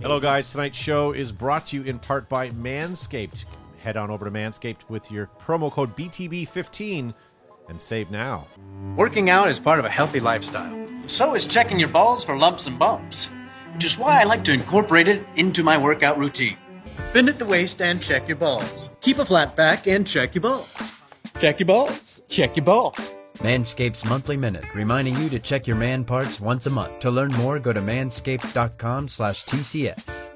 Hello, guys. Tonight's show is brought to you in part by Manscaped. Head on over to Manscaped with your promo code BTB15 and save now. Working out is part of a healthy lifestyle. So is checking your balls for lumps and bumps, which is why I like to incorporate it into my workout routine. Bend at the waist and check your balls. Keep a flat back and check your balls. Check your balls. Check your balls. Manscaped's Monthly Minute, reminding you to check your man parts once a month. To learn more, go to manscaped.com slash TCS.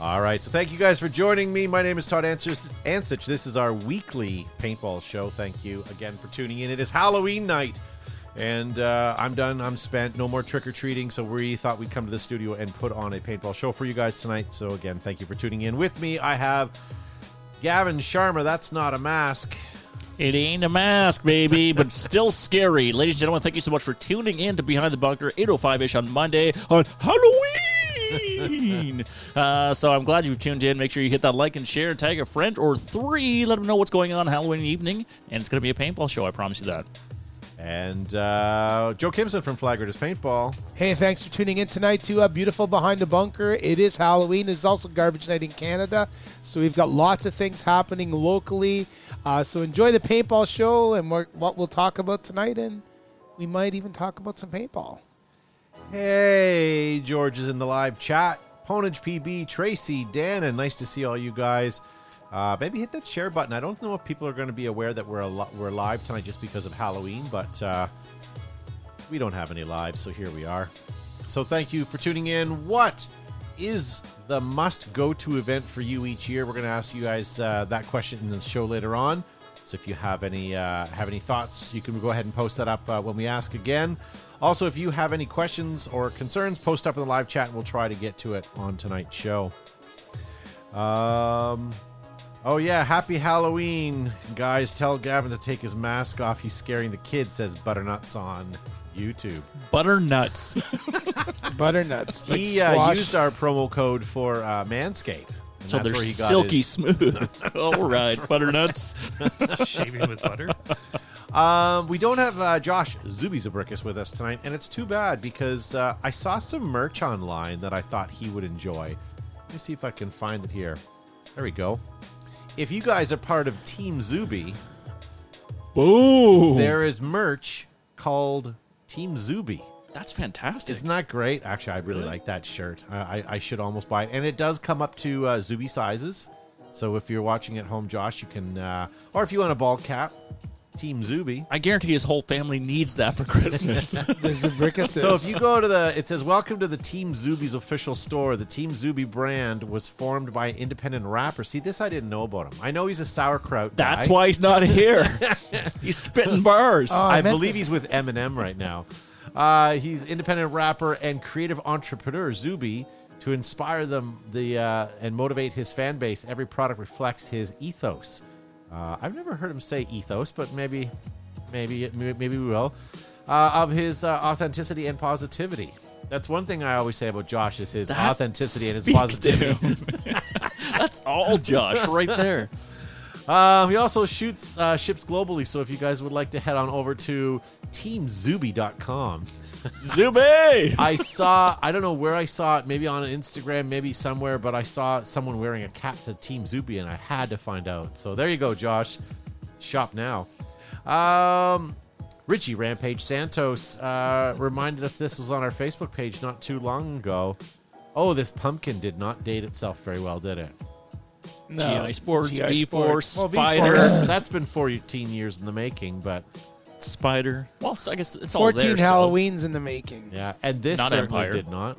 All right. So, thank you guys for joining me. My name is Todd Ansich. Ansich. This is our weekly paintball show. Thank you again for tuning in. It is Halloween night, and uh, I'm done. I'm spent. No more trick or treating. So, we thought we'd come to the studio and put on a paintball show for you guys tonight. So, again, thank you for tuning in. With me, I have Gavin Sharma. That's not a mask. It ain't a mask, baby, but still scary. Ladies and gentlemen, thank you so much for tuning in to Behind the Bunker 805 ish on Monday on Halloween. uh, so I'm glad you've tuned in. Make sure you hit that like and share and tag a friend or three. Let them know what's going on Halloween evening. And it's going to be a paintball show, I promise you that. And uh, Joe Kimson from Flaggers Paintball. Hey, thanks for tuning in tonight to a beautiful behind the bunker. It is Halloween. It's also garbage night in Canada, so we've got lots of things happening locally. Uh, so enjoy the paintball show and we what we'll talk about tonight, and we might even talk about some paintball. Hey, George is in the live chat. Ponage PB, Tracy, Dan, and nice to see all you guys. Uh, maybe hit that share button. I don't know if people are going to be aware that we're a lo- we're live tonight just because of Halloween, but uh, we don't have any lives, so here we are. So thank you for tuning in. What is the must go to event for you each year? We're going to ask you guys uh, that question in the show later on. So if you have any uh, have any thoughts, you can go ahead and post that up uh, when we ask again. Also, if you have any questions or concerns, post up in the live chat, and we'll try to get to it on tonight's show. Um, oh yeah, happy Halloween, guys! Tell Gavin to take his mask off. He's scaring the kids. Says Butternuts on YouTube. Butternuts. Butternuts. like he uh, squash. used our promo code for uh, Manscaped. and so that's they're where he got silky his- smooth. All right, Butternuts. shaving with butter. Um, we don't have uh, Josh Zubizabrickus with us tonight, and it's too bad because uh, I saw some merch online that I thought he would enjoy. Let me see if I can find it here. There we go. If you guys are part of Team Zuby, Boom. there is merch called Team Zuby. That's fantastic. Isn't that great? Actually, I really like that shirt. I, I, I should almost buy it, and it does come up to uh, Zuby sizes. So if you're watching at home, Josh, you can, uh, or if you want a ball cap, Team Zuby. I guarantee his whole family needs that for Christmas. The Zubrickuses. So if you go to the, it says, "Welcome to the Team Zuby's official store." The Team Zuby brand was formed by an independent rapper. See, this I didn't know about him. I know he's a sauerkraut. That's guy. why he's not here. he's spitting bars. Oh, I, I meant believe this- he's with Eminem right now. Uh, he's independent rapper and creative entrepreneur Zuby to inspire them the uh, and motivate his fan base. Every product reflects his ethos. Uh, I've never heard him say ethos, but maybe, maybe, maybe we will. Uh, of his uh, authenticity and positivity. That's one thing I always say about Josh is his That authenticity and his speaks positivity. to him. That's all Josh right there. Um, he also shoots uh, ships globally, so if you guys would like to head on over to teamzuby.com. Zuby! I saw, I don't know where I saw it, maybe on Instagram, maybe somewhere, but I saw someone wearing a cap to Team Zuby and I had to find out. So there you go, Josh. Shop now. Um, Richie Rampage Santos uh, reminded us this was on our Facebook page not too long ago. Oh, this pumpkin did not date itself very well, did it? GI Sports, GI B4, Sports. Well, Spider. before- that's been 14 years in the making, but Spider. Well, I guess it's all there. 14 still. Halloweens in the making. yeah, and this Not certainly Empire. did not.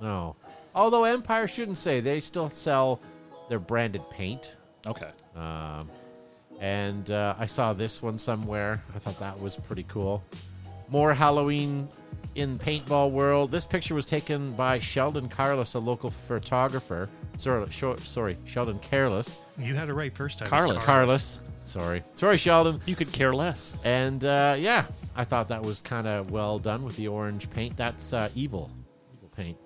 No, although Empire shouldn't say they still sell their branded paint. Okay. Um, and uh, I saw this one somewhere. I thought that was pretty cool. More Halloween in paintball world. This picture was taken by Sheldon Carless, a local photographer. Sorry, shor- sorry, Sheldon Careless. You had it right first time. Carlos. It's Carless. Sorry, sorry, Sheldon. You could care less. And uh, yeah, I thought that was kind of well done with the orange paint. That's uh, evil, evil paint.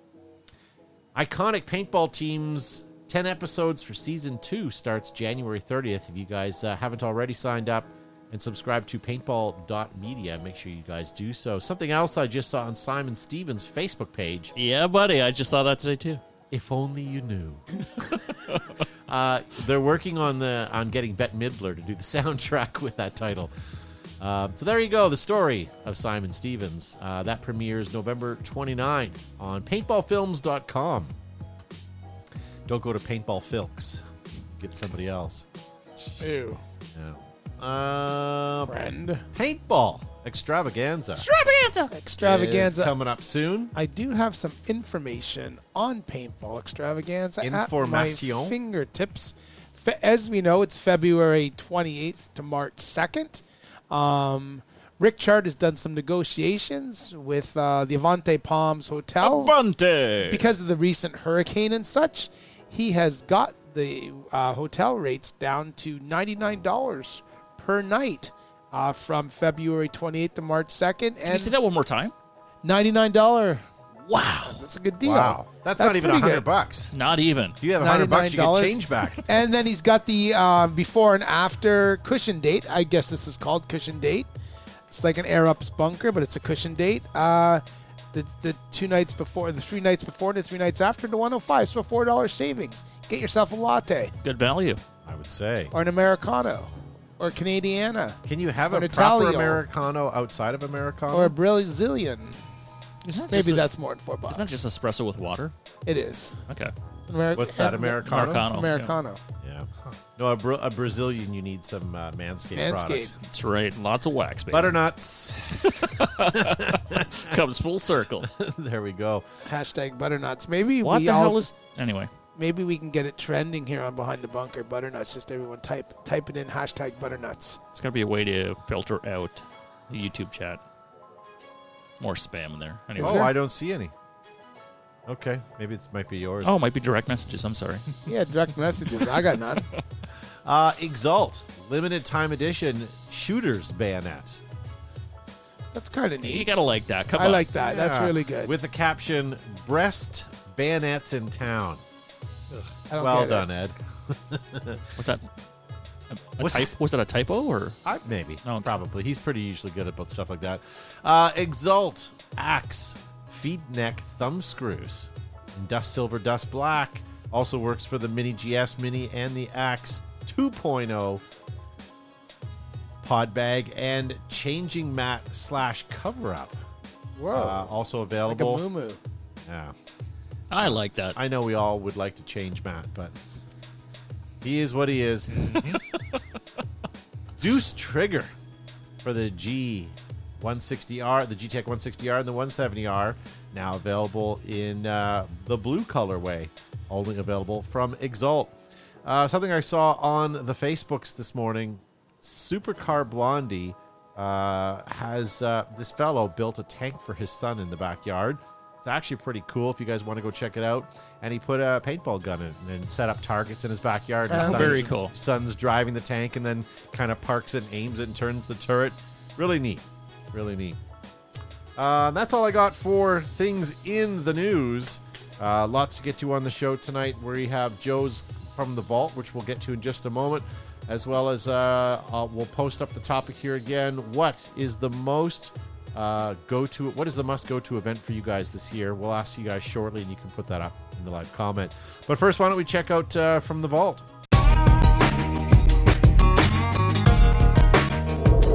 Iconic paintball teams. Ten episodes for season two starts January 30th. If you guys uh, haven't already signed up, and subscribe to paintball.media. Make sure you guys do so. Something else I just saw on Simon Stevens' Facebook page. Yeah, buddy. I just saw that today too. If only you knew. uh, they're working on the on getting Bette Midler to do the soundtrack with that title. Um, so there you go, the story of Simon Stevens. Uh, that premieres November 29 on paintballfilms.com. Don't go to Paintball Filks. Get somebody else. Ew. Yeah. Uh, Friend. paintball extravaganza is Extravaganza. coming up soon. I do have some information on paintball extravaganza at Information. my fingertips. Fe- As we know, it's February 28th to March 2nd. Um, Rick Chard has done some negotiations with uh, the Avante Palms Oh. Hotel Bunty. because of the recent hurricane and such, he has got the uh, hotel rates down to $99 per night uh, from February 28th to March 2nd. Can you say And that one more time? $99, Wow. that's a good deal. That's, not even pretty 100 good. bucks. Not even. If you have 100 bucks, you $99. get change back. And then he's got the uh, before and after cushion date. I guess this is called cushion date. It's like an air ups bunker, but it's a cushion date. Uh, the, the two nights before, the three nights before, the three nights after, to 105 So $4 savings. Get yourself a latte. Good value. I would say. or an Americano or a Canadiana Can you have Or a an proper Italio. Americano outside of Americano? or a Brazilian. Isn't that Maybe just a- that's more than four bucks. It's not just espresso with water. it is. Okay. Ameri- What's that, and- Americano? Americano. Americano. Yeah. No, a, Bra- a Brazilian, you need some uh, Manscaped, Manscaped. products. That's right. Lots of wax, baby. Butternuts. Comes full circle. there we go. Hashtag butternuts. Maybe What we the all, hell is. Anyway. maybe we can get it trending here on Behind the Bunker. Butternuts. Just everyone type type it in hashtag butternuts. It's got to be a way to filter out the YouTube chat. More spam in there. Anyway. Oh, Is there- I don't see any. Okay, maybe it might be yours. Oh, it might be direct messages. I'm sorry. Yeah, direct messages. I got none. Uh, Exalt, limited time edition, shooter's bayonet. That's kind of you neat. got to like that. Come I on. like that. That's Yeah. really good. With the caption, breast bayonets in town. I don't Well get it. done, Ed. Was that a, a What's- type? Was that a typo or? I, maybe. Oh, probably. He's pretty usually good about stuff like that. Uh, Exalt, Axe, Feed Neck, Thumb Screws, Dust Silver, Dust Black. Also works for the Mini GS Mini and the Axe 2.0 pod bag and changing mat slash cover up. Whoa. Uh, also Oh. like a available. moo moo. yeah. I like that. I know we all would like to change Matt, but he is what he is. Deuce Trigger for the G160R, the G Tech 160R, and the 170R, now available in uh, the blue colorway, only available from Exalt. Uh, something I saw on the Facebooks this morning Supercar Blondie uh, has uh, this fellow built a tank for his son in the backyard. It's actually pretty cool if you guys want to go check it out. And he put a paintball gun in and set up targets in his backyard. His Oh, son's- very cool. Son's driving the tank and then kind of parks it, and aims it, and turns the turret. Really neat. Really neat. Uh, that's all I got for things in the news. Uh, lots to get to on the show tonight. We have Joe's from the vault, which we'll get to in just a moment, as well as uh, uh, we'll post up the topic here again. What is the most uh, go to? What is the must go to event for you guys this year? We'll ask you guys shortly, and you can put that up in the live comment. But first, why don't we check out uh, from the vault?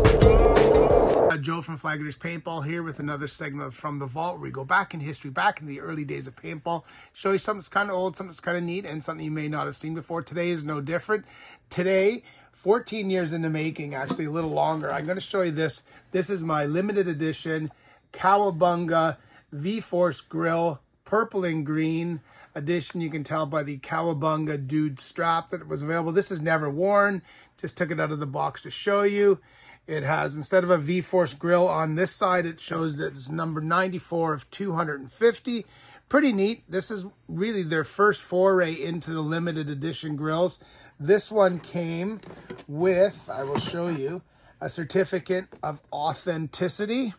Uh, Joe from Flaggers Paintball here with another segment of from the vault where we go back in history, back in the early days of paintball, show you something that's kind of old, something that's kind of neat, and something you may not have seen before. Today is no different. Today, 14 years in the making, actually a little longer. I'm going to show you this. This is my limited edition Cowabunga V Force Grill, purple and green edition. You can tell by the Cowabunga dude strap that was available. This is never worn. Just took it out of the box to show you. It has instead of a V Force grill on this side, it shows that it's number 94 of 250. Pretty neat. This is really their first foray into the limited edition grills. This one came with, I will show you, a certificate of authenticity.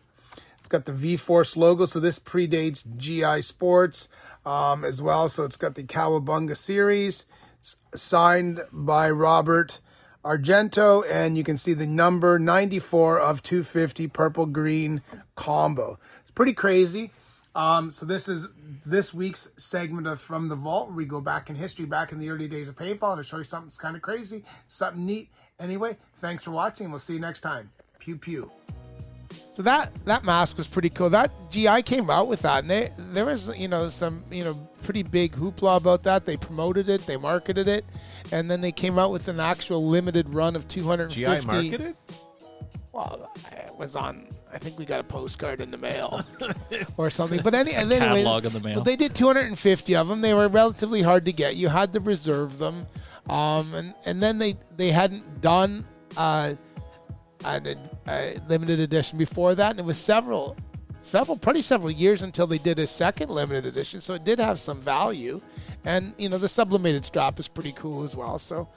It's got the V Force logo, so this predates GI Sports um, as well. So it's got the Cowabunga series. It's signed by Robert Argento, and you can see the number 94 of 250 purple green combo. It's pretty crazy. Um, so this is this week's segment of From the Vault. We go back in history, back in the early days of paintball, and to show you something that's kind of crazy, something neat. Anyway, thanks for watching. We'll see you next time. Pew pew. So that that mask was pretty cool. That GI came out with that, and they, there was you know some you know pretty big hoopla about that. They promoted it, they marketed it, and then they came out with an actual limited run of 250. GI marketed? Well, it was on. I think we got a postcard in the mail or something. But any, and anyway, catalog in the mail. But they did 250 of them. They were relatively hard to get. You had to reserve them, um, and and then they they hadn't done. Uh, a, a limited edition before that, and it was several, several, pretty several years until they did a second limited edition. So it did have some value, and you know the sublimated strap is pretty cool as well. So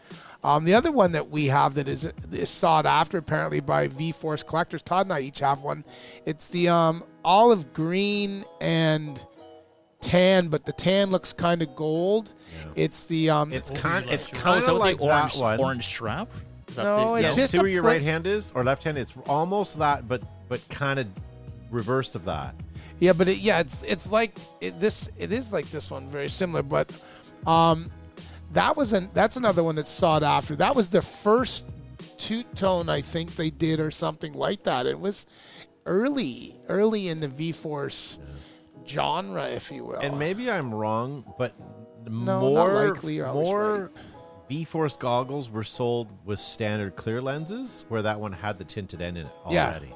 um, the other one that we have that is is sought after apparently by V Force collectors. Todd and I each have one. It's the um, olive green and tan, but the tan looks kind of gold. It's the um, It's kind. It's Oh, kind is of that what like the orange, that one. orange strap? Is that the, No, it's Yeah, just see a where your pla- right hand is or left hand. It's almost that, but but kind of reversed of that. Yeah, but it, yeah, it's it's like it, this. It is like this one, very similar. But um, that was an that's another one that's sought after. That was the first two tone I think they did or something like that. It was early, early in the V Force genre, if you will. And maybe I'm wrong, but not more likely, you're always more V Force goggles were sold with standard clear lenses, where that one had the tinted end in it Yeah. already.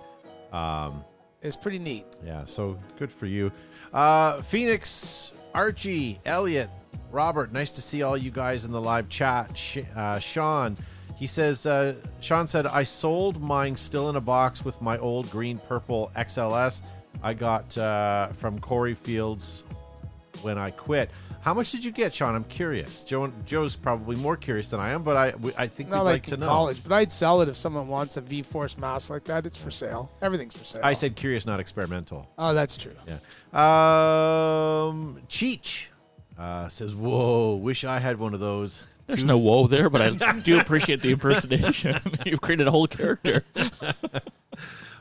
Um, it's pretty neat. yeah, so good for you, uh, Phoenix, Archie, Elliot, Robert. Nice to see all you guys in the live chat. Sh- uh, Sean, he says. Uh, Sean said, "I sold mine still in a box with my old green purple XLS I got uh, from Corey Fields when I quit. How much did you get, Sean? I'm curious. Joe, Joe's probably more curious than I am, but I we- I think we'd Not like, like, to in know. college, but I'd sell it if someone wants a V Force mask like that. It's for sale. Everything's for sale. I said curious, not experimental. Oh, that's true. Yeah. Um, Cheech uh, says, "Whoa! Wish I had one of those." There's no whoa there, but I do appreciate the impersonation. You've created a whole character.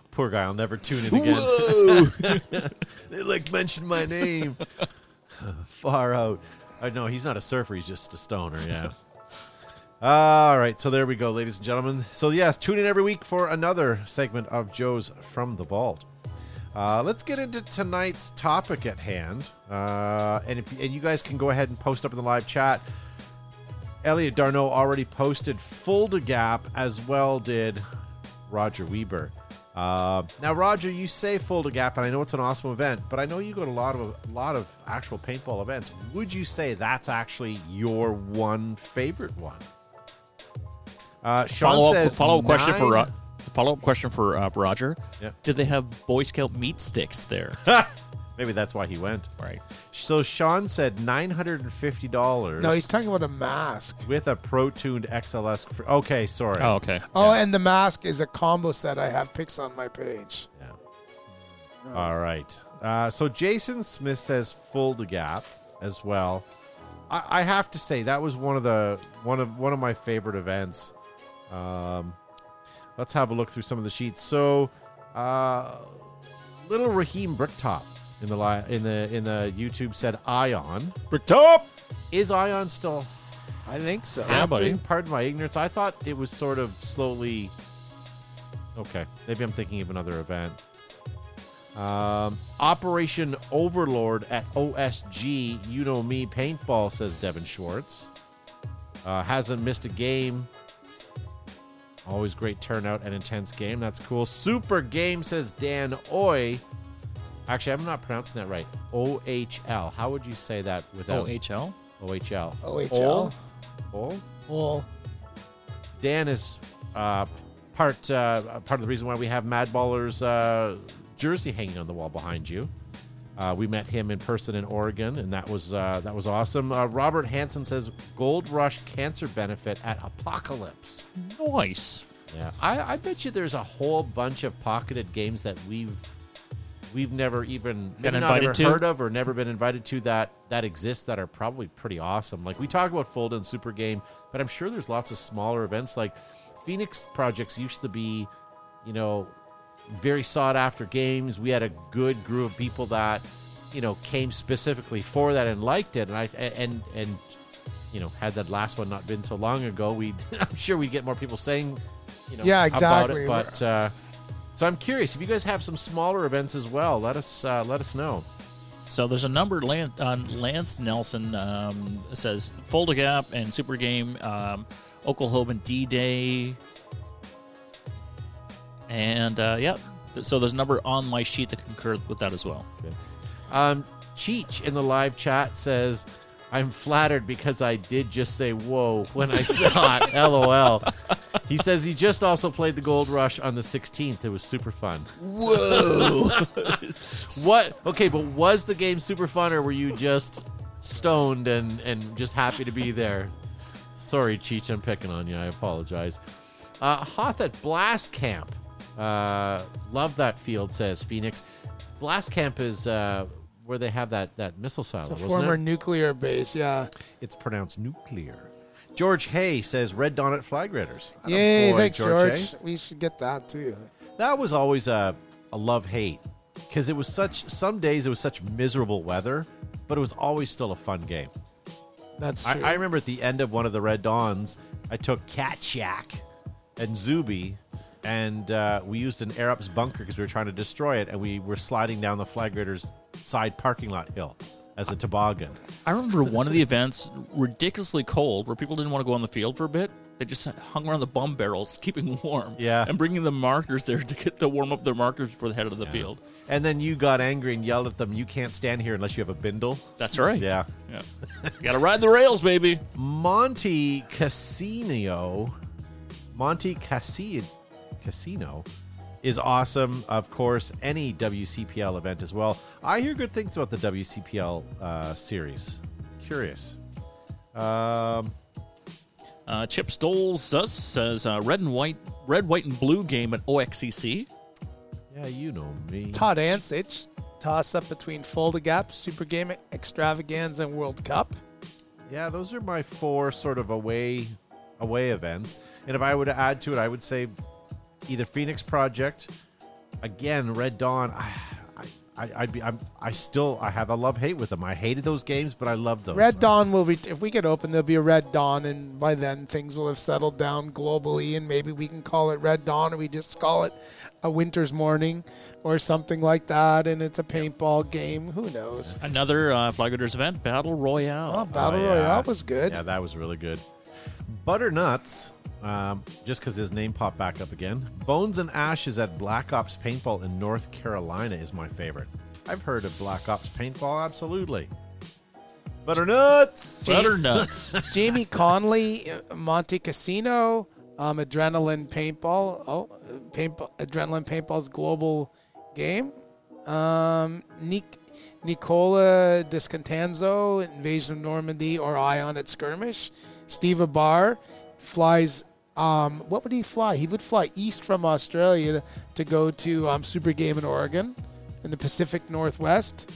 Poor guy, I'll never tune in again. they like mentioned my name. Far out. Uh, no, he's not a surfer. He's just a stoner. Yeah. All right, so there we go, ladies and gentlemen. So yes, tune in every week for another segment of Joe's from the Vault. Uh, let's get into tonight's topic at hand, uh, and if, and you guys can go ahead and post up in the live chat. Elliot Darno already posted Full to Gap, as well did Roger Weber. Uh, now, Roger, you say Full to Gap, and I know it's an awesome event, but I know you go to a lot of a lot of actual paintball events. Would you say that's actually your one favorite one? Uh, Sean follow up says follow up question for uh, nine- Ro- follow up question for uh, Roger. Yeah. Did they have Boy Scout meat sticks there? Maybe that's why he went. right. So Sean said nine hundred and fifty dollars. No, he's talking about a mask. with a pro-tuned XLS. Fr- okay, sorry. Oh, okay. Oh, and the mask is a combo set I have pics on my page. Yeah. All right. Uh, so Jason Smith says full the gap as well. I, I have to say that was one of the one of one of my favorite events. Um, let's have a look through some of the sheets. So, uh, little Raheem Bricktop in the li- in the in the YouTube said Ion Bricktop is Ion still I think so. Yeah, buddy. Pardon my ignorance. I thought it was sort of slowly. Okay, maybe I'm thinking of another event. Um, Operation Overlord at OSG. You know me, paintball says Devin Schwartz. Uh, hasn't missed a game. Always great turnout and intense game. That's cool. Super game says Dan Oy. Actually, I'm not pronouncing that right. O H L. How would you say that Oh, without OHL. O H L? OHL. Ol? Well, Dan is uh, part uh, part of the reason why we have Madballer's uh, jersey hanging on the wall behind you. Uh, we met him in person in Oregon, and that was uh, that was awesome. Uh, Robert Hansen says Gold Rush Cancer Benefit at Apocalypse. Nice. Yeah, I, I bet you there's a whole bunch of pocketed games that we've we've never even maybe not invited ever to? heard of or never been invited to that that exist that are probably pretty awesome. Like we talk about Fold and Super Game, but I'm sure there's lots of smaller events like Phoenix projects used to be, you know, very sought after games. We had a good group of people that, you know, came specifically for that and liked it. And I and and you know, had that last one not been so long ago, we I'm sure we'd get more people saying, you know, Yeah, exactly. about it. But uh, so I'm curious if you guys have some smaller events as well. Let us uh, let us know. So there's a number. Lance, uh, Lance Nelson um, says Fold a Gap and Super Game, um, Oklahoma D Day, and uh, yeah. th- So there's a number on my sheet that concurs with that as well. Um, Cheech in the live chat says, "I'm flattered because I did just say whoa when I saw it." LOL. He says he just also played the Gold Rush on the 16th. It was super fun. Whoa! what? Okay, but was the game super fun, or were you just stoned and and just happy to be there? Sorry, Cheech, I'm picking on you. I apologize. Uh, Hoth at Blast Camp. Uh, love that field, says Phoenix. Blast Camp is uh, where they have that, that missile silo. It's a wasn't former it? nuclear base, yeah. It's pronounced nuclear. George Hay says Red Dawn at Flag Raiders. Yay, Attaboy, thanks, George. Hay. We should get that too. That was always a, a love hate because it was such, some days it was such miserable weather, but it was always still a fun game. That's I, true. I remember at the end of one of the Red Dawns, I took Cat Shack and Zuby, and uh, we used an Arup's bunker because we were trying to destroy it, and we were sliding down the Flag Raiders side parking lot hill as a toboggan. I remember one of the events, ridiculously cold, where people didn't want to go on the field for a bit. They just hung around the bomb barrels, keeping warm. Yeah. And bringing the markers there to get to warm up their markers before they headed to the field. And then you got angry and yelled at them, "You can't stand here unless you have a bindle." That's right. Yeah. Yeah. Got to ride the rails, baby. Monty Casino, Monty Cassi- Casino, is awesome. Of course, any WCPL event as well. I hear good things about the WCPL uh, series. Curious. Um, Uh, Chip Stoles us says uh, red and white, red, white and blue game at OXCC. yeah, you know me. Todd Ansich, toss up between Fold a Gap, Super Game Extravaganza, and World Cup. Yeah, those are my four sort of away away events. And if I were to add to it, I would say either Phoenix Project, again Red Dawn. I, I, I'd be. I'm. I still. I have a love hate with them. I hated those games, but I love those. Red Dawn will be, if we get open, there'll be a Red Dawn, and by then things will have settled down globally, and maybe we can call it Red Dawn, or we just call it a winter's morning or something like that, and it's a paintball game. Who knows? Another uh, Flag Raiders event, Battle Royale. Oh, Battle Oh, yeah. Royale was good. Yeah, that was really good. Butternuts, um, just because his name popped back up again. Bones and Ashes at Black Ops Paintball in North Carolina is my favorite. I've heard of Black Ops Paintball, absolutely. Butternuts. Butternuts. Jamie Conley, uh, Monte Casino, um, Adrenaline Paintball. Oh, uh, paintball, Adrenaline Paintball's global game. Um, Nic- Nicola Discontanzo, Invasion of Normandy, or Ion at Skirmish. Steve Abar flies. Um, what would he fly? He would fly east from Australia to, to go to um, Super Game in Oregon, in the Pacific Northwest.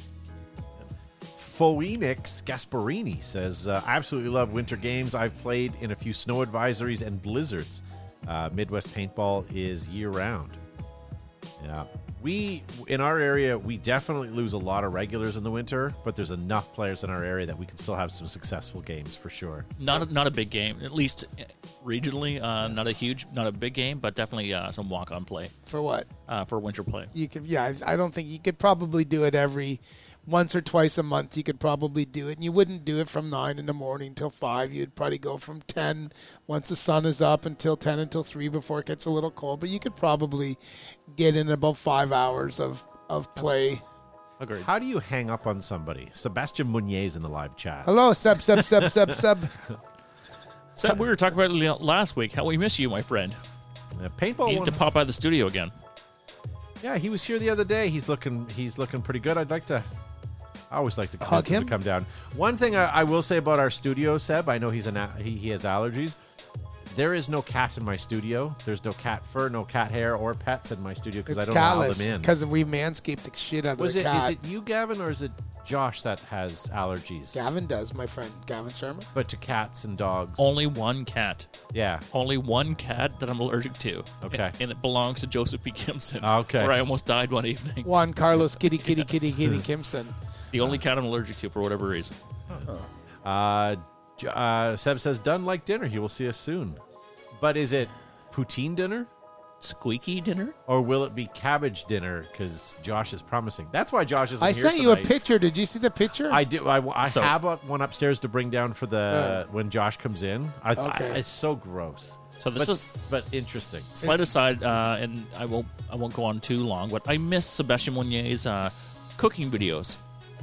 Phoenix Gasparini says, uh, I absolutely love winter games. I've played in a few snow advisories and blizzards. Uh, Midwest paintball is year round. Yeah. We, in our area, we definitely lose a lot of regulars in the winter, but there's enough players in our area that we can still have some successful games for sure. not a, not a big game, at least uh, regionally. Uh, not a huge, not a big game, but definitely uh, some walk on play For what? uh, for winter play. you could yeah I, I don't think you could probably do it every once or twice a month you could probably do it and you wouldn't do it from nine in the morning till five you'd probably go from 10 once the sun is up until 10 until 3 before it gets a little cold but you could probably get in about five hours of of play Agreed. How do you hang up on somebody? Sebastian Munier's in the live chat. hello sub sub sub sub sub So we were talking about it last week. How we miss you, my friend. Uh, paintball won- You need to pop by the studio again. Yeah, he was here the other day. He's looking he's looking pretty good. I'd like to I always like to convince Hug him him? to come down. One thing I, I will say about our studio, Seb, I know he's an a- he, he has allergies. There is no cat in my studio. There's no cat fur, no cat hair, or pets in my studio because I it's don't allow catless them in. because we manscaped the shit out Was of it the cat is it you, Gavin, or is it Josh that has allergies, Gavin does, my friend Gavin Sharma. but to cats and dogs. Only one cat. yeah. Only one cat that I'm allergic to. Okay. And it belongs to Joseph P. Kimson. Okay. Where I almost died one evening. Juan Carlos Kitty Kitty Kitty Kitty Kimson. The only cat I'm allergic to for whatever reason. Uh, J- uh, Seb says, done like dinner. He will see us soon. But is it poutine dinner? Squeaky dinner? Or will it be cabbage dinner? Because Josh is promising. That's why Josh is. I sent you a picture. picture. Did you see the picture? I do. I, I So- have a, one upstairs to bring down for the when Josh comes in. I, I, Oh. Okay. it's so gross. So this but, is- but interesting. Slight aside, uh, and I won't I won't go on too long, but I miss Sebastian Mounier's uh, cooking videos.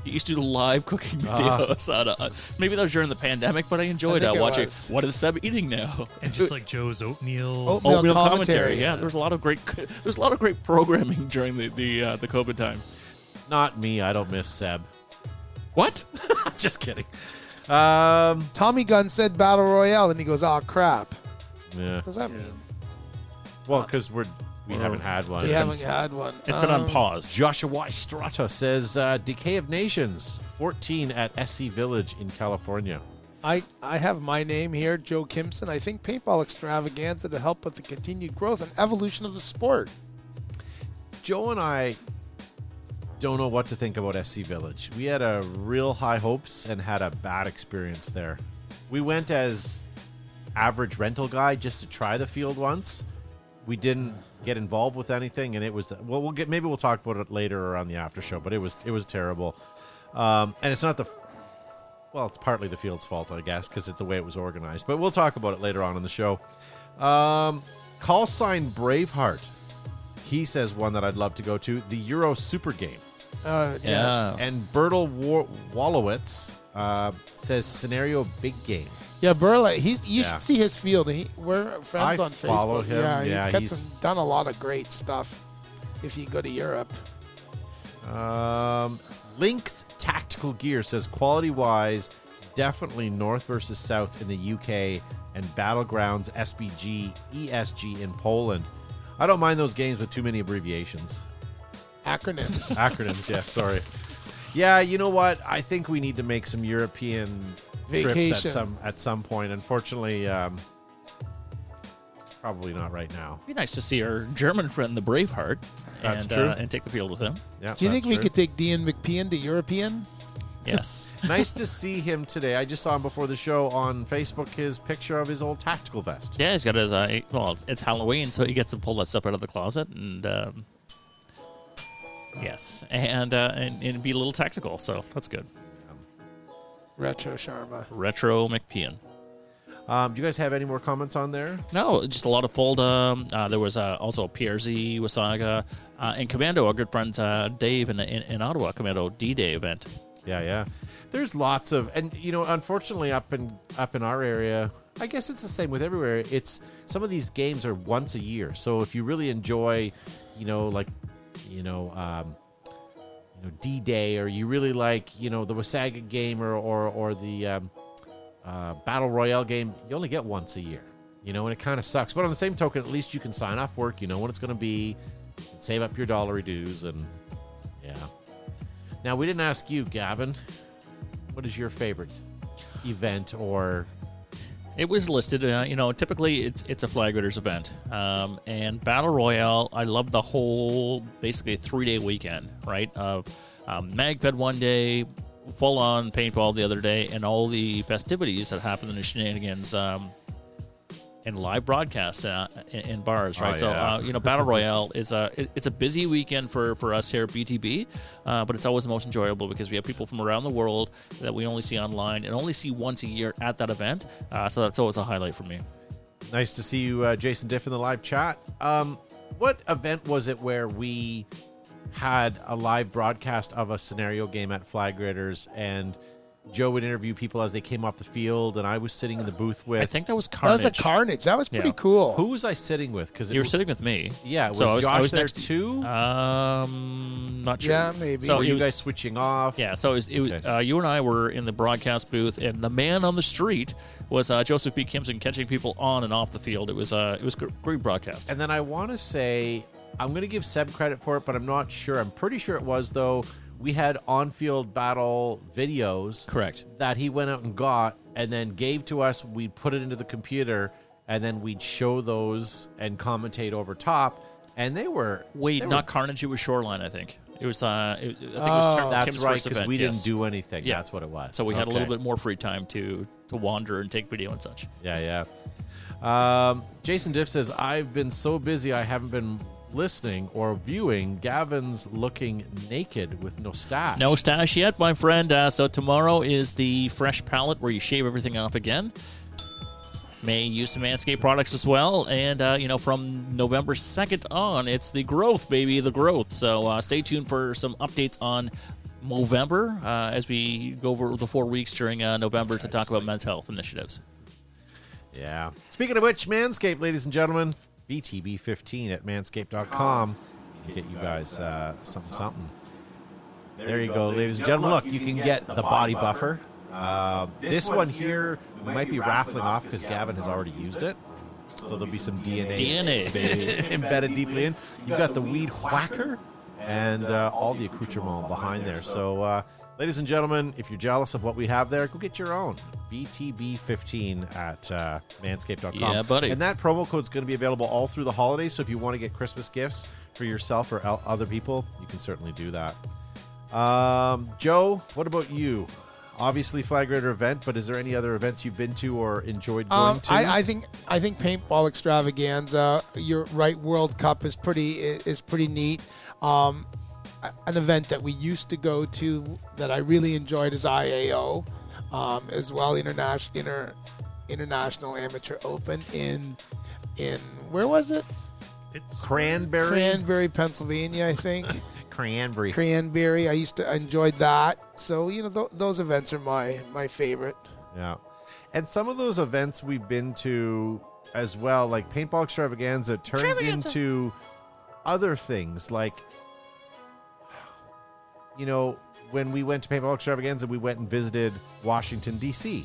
He used to do live cooking videos. on, uh, maybe that was during the pandemic, but I enjoyed Ah. I uh, think it watching. was. What is Seb eating now? And just like Joe's oatmeal. Oatmeal. Oatmeal commentary. commentary. Yeah, there was a lot of great there was a lot of great programming during the the uh, the COVID time. Not me. I don't miss Seb. What? Just kidding. Um, Tommy Gunn said Battle Royale, and he goes, "Oh crap." yeah. What does that mean? Well, because we're we haven't had one. We haven't had one. Um, It's been on pause. Joshua Strata says uh, Decay of Nations 14 at SC Village in California. I, I have my name here, Joe Kimson. I think paintball extravaganza to help with the continued growth and evolution of the sport. Joe and I don't know what to think about SC Village. We had a real high hopes and had a bad experience there. We went as average rental guy just to try the field once. We didn't get involved with anything, and it was well. We'll get maybe we'll talk about it later or on the after show, but it was it was terrible. Um, and it's not the well, it's partly the field's fault, I guess, because it's the way it was organized. But we'll talk about it later on in the show. Um, call sign Braveheart. He says one that I'd love to go to the Euro Super Game. Uh, Yeah. And Bertel War- Wallowitz uh, says scenario big game. Yeah, Burla, he's you Yeah. should see his field. He, we're friends I on Facebook. follow him. Yeah, Yeah, he's, got he's- some, done a lot of great stuff. If you go to Europe, Um, Link's Tactical Gear says quality wise, definitely North versus South in the UK and Battlegrounds SBG ESG E in Poland. I don't mind those games with too many abbreviations. acronyms. acronyms. Yeah, sorry. Yeah, you know what? I think we need to make some European trips Vacation. at some at some point. Unfortunately, um, probably not right now. It'd be nice to see our German friend, the Braveheart, That's and true. Uh, and take the field with him. Yeah. Do you think that's we true. could take Dean McPean to European? Yes. nice to see him today. I just saw him before the show on Facebook. His picture of his old tactical vest. Yeah, he's got his. Uh, well, it's, it's Halloween, so he gets to pull that stuff out of the closet and. Um, yes, and, uh, and and be a little tactical. So that's good. Retro Sharma. Retro McPean. Um, do you guys have any more comments on there? No, just a lot of fold. Um, uh, there was uh, also PRZ, Wasaga, uh, and Commando. Our good friend uh, Dave in, in in Ottawa, Commando D Day event. Yeah, yeah. There's lots of, and you know, unfortunately, up in up in our area, I guess it's the same with everywhere. It's some of these games are once a year, so if you really enjoy, you know, like, you know, um, you know, D Day, or you really like, you know, the Wasaga game, or or or the um, uh, battle royale game, you only get once a year, you know, and it kind of sucks. But on the same token, at least you can sign off work, you know when it's going to be, you can save up your dollary dues, and yeah. Now we didn't ask you, Gavin. What is your favorite event or It was listed. Uh, you know, typically it's it's a flag raiders event, um, and battle royale. I love the whole basically three day weekend, right? Of um, Magfed one day, full on paintball the other day, and all the festivities that happen in the shenanigans. Um, and live broadcasts uh, in, in bars, right? so yeah. uh, you know, battle royale is a it- it's a busy weekend for for us here at BTB, uh, but it's always the most enjoyable because we have people from around the world that we only see online and only see once a year at that event. Uh, so that's always a highlight for me. nice to see you, uh, Jason Diff, in the live chat? Um, what event was it where we had a live broadcast of a scenario game at Flag Raiders and Joe would interview people as they came off the field and I was sitting in the booth with I think that was That Carnage. was a carnage. That was pretty Yeah. cool. who was I sitting with? Because You were sitting with me. Yeah, was so I was, I Josh was there next to- too? Um, not sure. Yeah, maybe. So Were you you guys switching off? Yeah, so it was, it was, Okay. uh, you and I were in the broadcast booth, and the man on the street was uh, Joseph B. Kimson catching people on and off the field. It was uh, it was gr- great broadcast. And then I want to say I'm going to give Seb credit for it, but I'm not sure. I'm pretty sure it was though. we had on-field battle videos Correct. that he went out and got and then gave to us. We put it into the computer and then we'd show those and commentate over top. And they were Wait, they were- Oh, not Carnage. It was Shoreline, I think. It was. Uh, it, I think it was Tim- that's Tim's right first because event. we yes. didn't do anything. Yeah. That's what it was. So we had a little Okay. bit more free time to to wander and take video and such. Yeah, yeah. Um, Jason Diff says, I've been so busy I haven't been listening or viewing Gavin's looking naked with no stash. No stash yet, my friend. Uh, so tomorrow is the fresh palette where you shave everything off again. May use some Manscaped products as well. And, uh, you know, from November 2nd on, it's the growth, baby, the growth. So uh, stay tuned for some updates on November uh, as we go over the four weeks during uh, November to talk about men's health initiatives. Yeah. Speaking of which, Manscaped, ladies and gentlemen, BTB15 at manscaped.com. Get you guys uh, something, something. There you go, ladies and gentlemen. Look, you can get the body buffer. Uh, this one here we might be raffling off because Gavin has already used it. So there'll be some DNA. DNA, baby. embedded deeply in. You've got the weed whacker and uh, all the accoutrement behind there. So, uh, ladies and gentlemen, if you're jealous of what we have there, go get your own. BTB15 at uh, manscaped.com. Yeah, buddy. And that promo code's going to be available all through the holidays. So, if you want to get Christmas gifts for yourself or el- other people, you can certainly do that. Um, Joe, what about you? Obviously, Flag Raider event, but is there any other events you've been to or enjoyed going Um, to? I, I think I think paintball extravaganza, your right World Cup is pretty is pretty neat. Um, a- an event that we used to go to that I really enjoyed is IAO, um, as well international inter, international amateur open in in where was it? It's Cranberry. Cranberry, Pennsylvania, I think. Cranberry. Cranberry. I used to I enjoyed that. So you know th- those events are my my favorite. Yeah. And some of those events we've been to as well, like paintball extravaganza, turned into other things. Like, you know, when we went to paintball extravaganza, we went and visited Washington, D.C.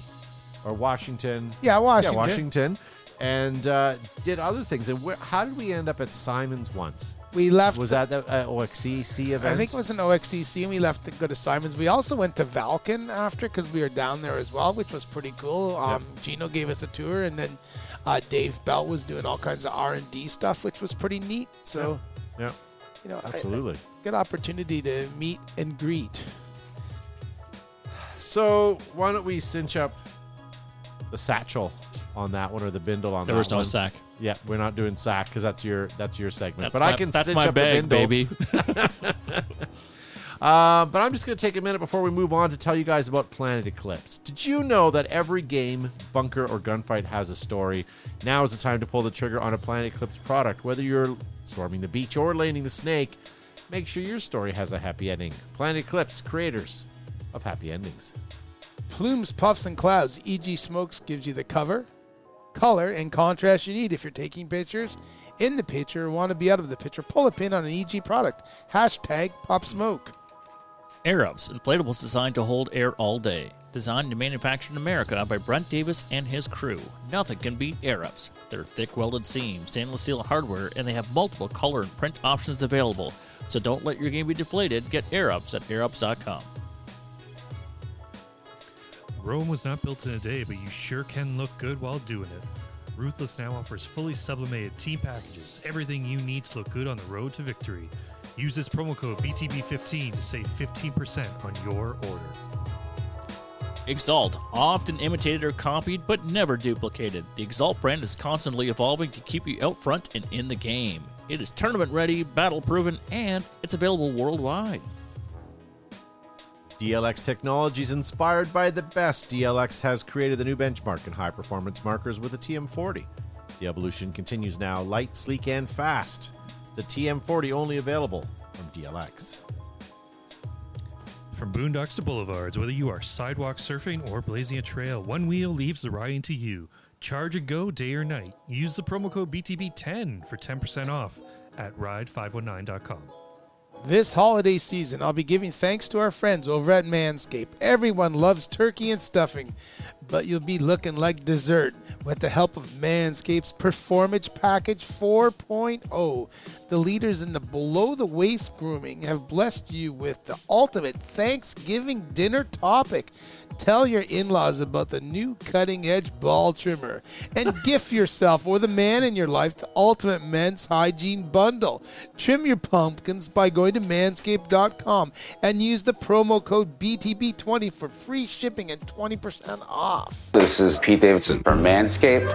or Washington. Yeah, Washington. Yeah, Washington. And uh, did other things. And where, how did we end up at Simon's once? We left. Was that the uh, OXCC event? I think it was an OXCC, and we left to go to Simon's. We also went to Valken after because we were down there as well, which was pretty cool. Um, Gino gave us a tour, and then uh, Dave Bell was doing all kinds of R and D stuff, which was pretty neat. So, Yeah, you know, I- absolutely. good opportunity to meet and greet. So why don't we cinch up the satchel on that one or the bindle on There that was no one. sack. Yeah, we're not doing sack because that's your that's your segment. That's but my, I can that's cinch my up the bag, bindle. baby. Uh, but I'm just going to take a minute before we move on to tell you guys about Planet Eclipse. Did you know that every game, bunker, or gunfight has a story? Now is the time to pull the trigger on a Planet Eclipse product. Whether you're storming the beach or laning the snake, make sure your story has a happy ending. Planet Eclipse, creators of happy endings. Plumes, puffs, and clouds. EG Smokes gives you the cover, color, and contrast you need if you're taking pictures. In the picture, or want to be out of the picture, pull a pin on an EG product. Hashtag Pop Smoke. Arabs, inflatables designed to hold air all day. Designed and manufactured in America by Brent Davis and his crew. Nothing can beat Arabs. Their thick welded seams, stainless steel hardware, and they have multiple color and print options available. So don't let your game be deflated. Get Arabs at Arabs.com. Rome was not built in a day, but you sure can look good while doing it. Ruthless now offers fully sublimated team packages, everything you need to look good on the road to victory. Use this promo code BTB15 to save 15% on your order. Exalt, often imitated or copied, but never duplicated. The Exalt brand is constantly evolving to keep you out front and in the game. It is tournament ready, battle proven, and it's available worldwide. DLX technology is inspired by the best. DLX has created the new benchmark in high performance markers with the TM40. The evolution continues now, light, sleek, and fast. The TM40 only available from DLX. From boondocks to boulevards, whether you are sidewalk surfing or blazing a trail, One Wheel leaves the riding to you. Charge and go day or night. Use the promo code BTB10 for 10% off at ride519.com. This holiday season, I'll be giving thanks to our friends over at Manscaped. Everyone loves turkey and stuffing. but you'll be looking like dessert with the help of Manscaped's Performance Package 4.0. The leaders in the below the waist grooming have blessed you with the ultimate Thanksgiving dinner topic. Tell your in laws about the new cutting edge ball trimmer and gift yourself or the man in your life the ultimate men's hygiene bundle. Trim your pumpkins by going to manscaped.com and use the promo code BTB20 for free shipping and 20% off. This is Pete Davidson from Manscaped.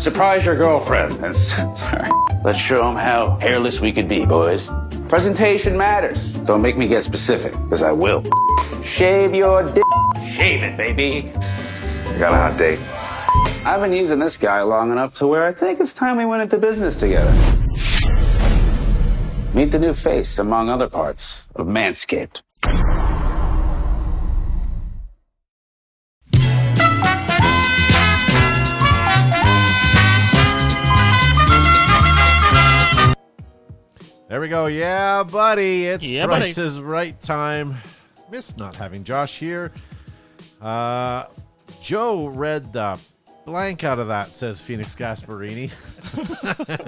Surprise your girlfriend. That's- sorry. Let's show them how hairless we could be, boys. Presentation matters. Don't make me get specific, because I will. Shave your dick. Shave it, baby. I got a hot date. I've been using this guy long enough to where I think it's time we went into business together. Meet the new face, among other parts, of Manscaped. There we go. Yeah, buddy. It's Yeah, buddy. Price is Right time. Miss not having Josh here. Uh, Joe read the blank out of that, says Phoenix Gasparini.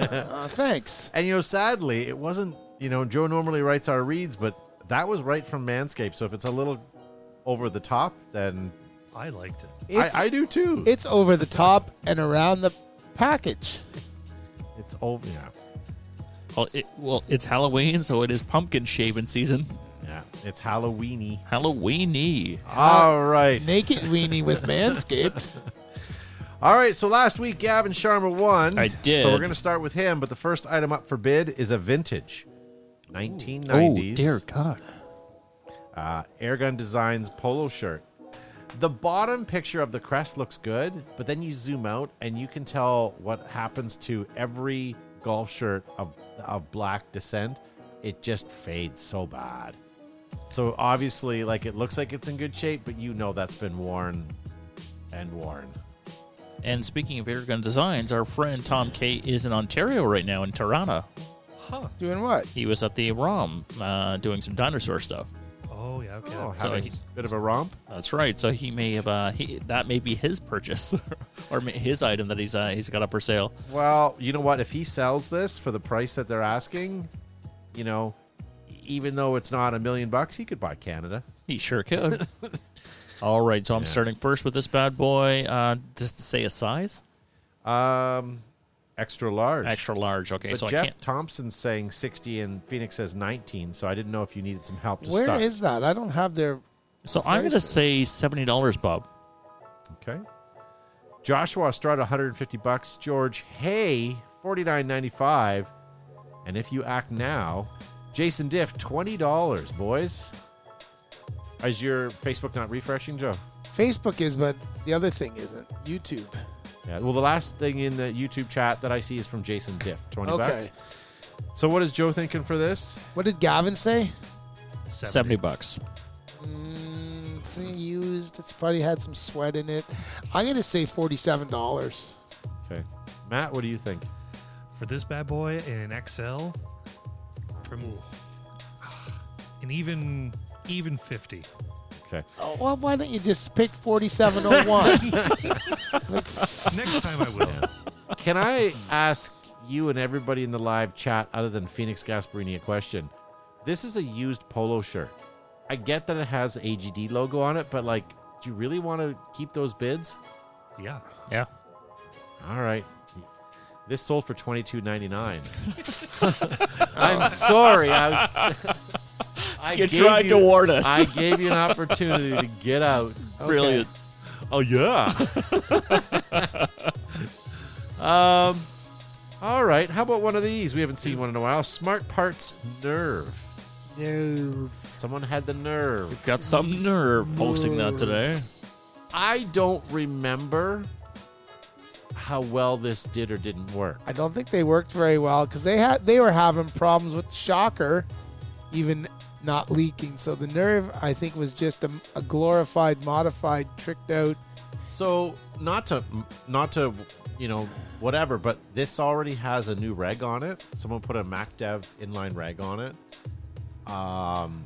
Uh, thanks. And, you know, sadly, it wasn't, you know, Joe normally writes our reads, but that was right from Manscaped. So if it's a little over the top, then I liked it. I, It's, I do too. it's over the top and around the package. it's over. Yeah. Well, it, well, it's Halloween, so it is pumpkin shaving season. Yeah. It's Halloweeny. Halloweeny. All right. Naked weenie with Manscaped. All right, so last week Gavin Sharma won. I did. So we're going to start with him, but the first item up for bid is a vintage 1990s Oh dear God. uh, Airgun Designs polo shirt. The bottom picture of the crest looks good, but then you zoom out and you can tell what happens to every golf shirt of, of black descent. It just fades so bad. So obviously, like it looks like it's in good shape, but you know that's been worn and worn. And speaking of airgun designs, our friend Tom K is in Ontario right now in Toronto. Doing what? He was at the ROM uh, doing some dinosaur stuff. Oh yeah, okay. Oh, that- having he- a bit of a romp. That's right. So he may have uh, he, that may be his purchase or ma- his item that he's uh, he's got up for sale. Well, you know what? If he sells this for the price that they're asking, you know, even though it's not a million bucks, he could buy Canada. He sure could. All right, so I'm starting first with this bad boy. Uh, just to say a size, Um, extra large. extra large. Okay, But so I Jeff can't. Thompson's saying 60 and Phoenix says 19, so I didn't know if you needed some help to Where is start. that? I don't have their. So I'm gonna say seventy dollars, Bob. Okay. Joshua Estrada, 150 bucks. George Hay, 49.95. And if you act now, Jason Diff, $20, boys. Is your Facebook not refreshing, Joe? Facebook is, but the other thing isn't. YouTube. Yeah. Well, the last thing in the YouTube chat that I see is from Jason Diff, 20 Okay. bucks. So what is Joe thinking for this? What did Gavin say? Seventy bucks. Mm, it's used. It's probably had some sweat in it. I'm gonna say forty-seven dollars. Okay. Matt, what do you think? for this bad boy in an XL from an Ah, even even 50. Okay. Oh, well, why don't you just pick forty-seven oh one? Next time I will. Can I ask you and everybody in the live chat, other than Phoenix Gasparini, a question? This is a used polo shirt. I get that it has AGD logo on it, but like, do you really want to keep those bids? Yeah. Yeah. All right. This sold for twenty two ninety nine. I'm sorry. I was. I You gave tried to warn us. I gave you an opportunity to get out. Brilliant. Oh yeah. um. All right. How about one of these? We haven't seen one in a while. Smart Parts Nerve. no. Someone had the nerve. Got some nerve posting that today. I don't remember how well this did or didn't work. I don't think they worked very well because they had they were having problems with the shocker, even not leaking. So the nerve, I think, was just a, a glorified, modified, tricked out. So not to not to you know whatever, but this already has a new reg on it. Someone put a MacDev inline reg on it. Um,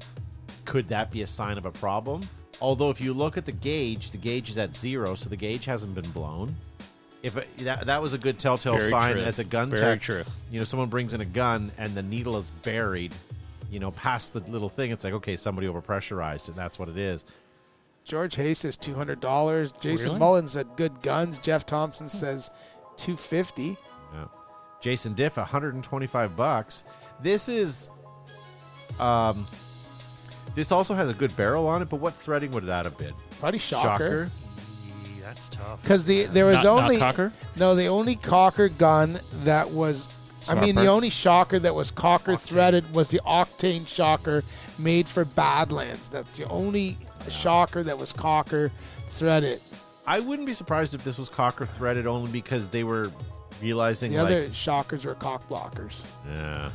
could that be a sign of a problem? Although if you look at the gauge, the gauge is at zero, so the gauge hasn't been blown. If it, that, that was a good telltale Very sign true. as a gun Very tech, true. you know, someone brings in a gun and the needle is buried, you know, past the little thing. It's like okay, somebody overpressurized, and that's what it is. George Hayes says two hundred dollars. Jason Really? Mullins said good guns. Jeff Thompson says two fifty. Yeah. Jason Diff, 125 bucks. This is um this also has a good barrel on it, but what threading would that have been? Probably shocker. Yeah, That's tough. Because the there was Not- not only Cocker? no the only cocker gun that was. I mean, the Smartbirds? only shocker that was cocker threaded was the octane shocker made for Badlands. That's the only shocker that was cocker threaded. I wouldn't be surprised if this was cocker threaded only because they were realizing The like other shockers were cock blockers. yeah.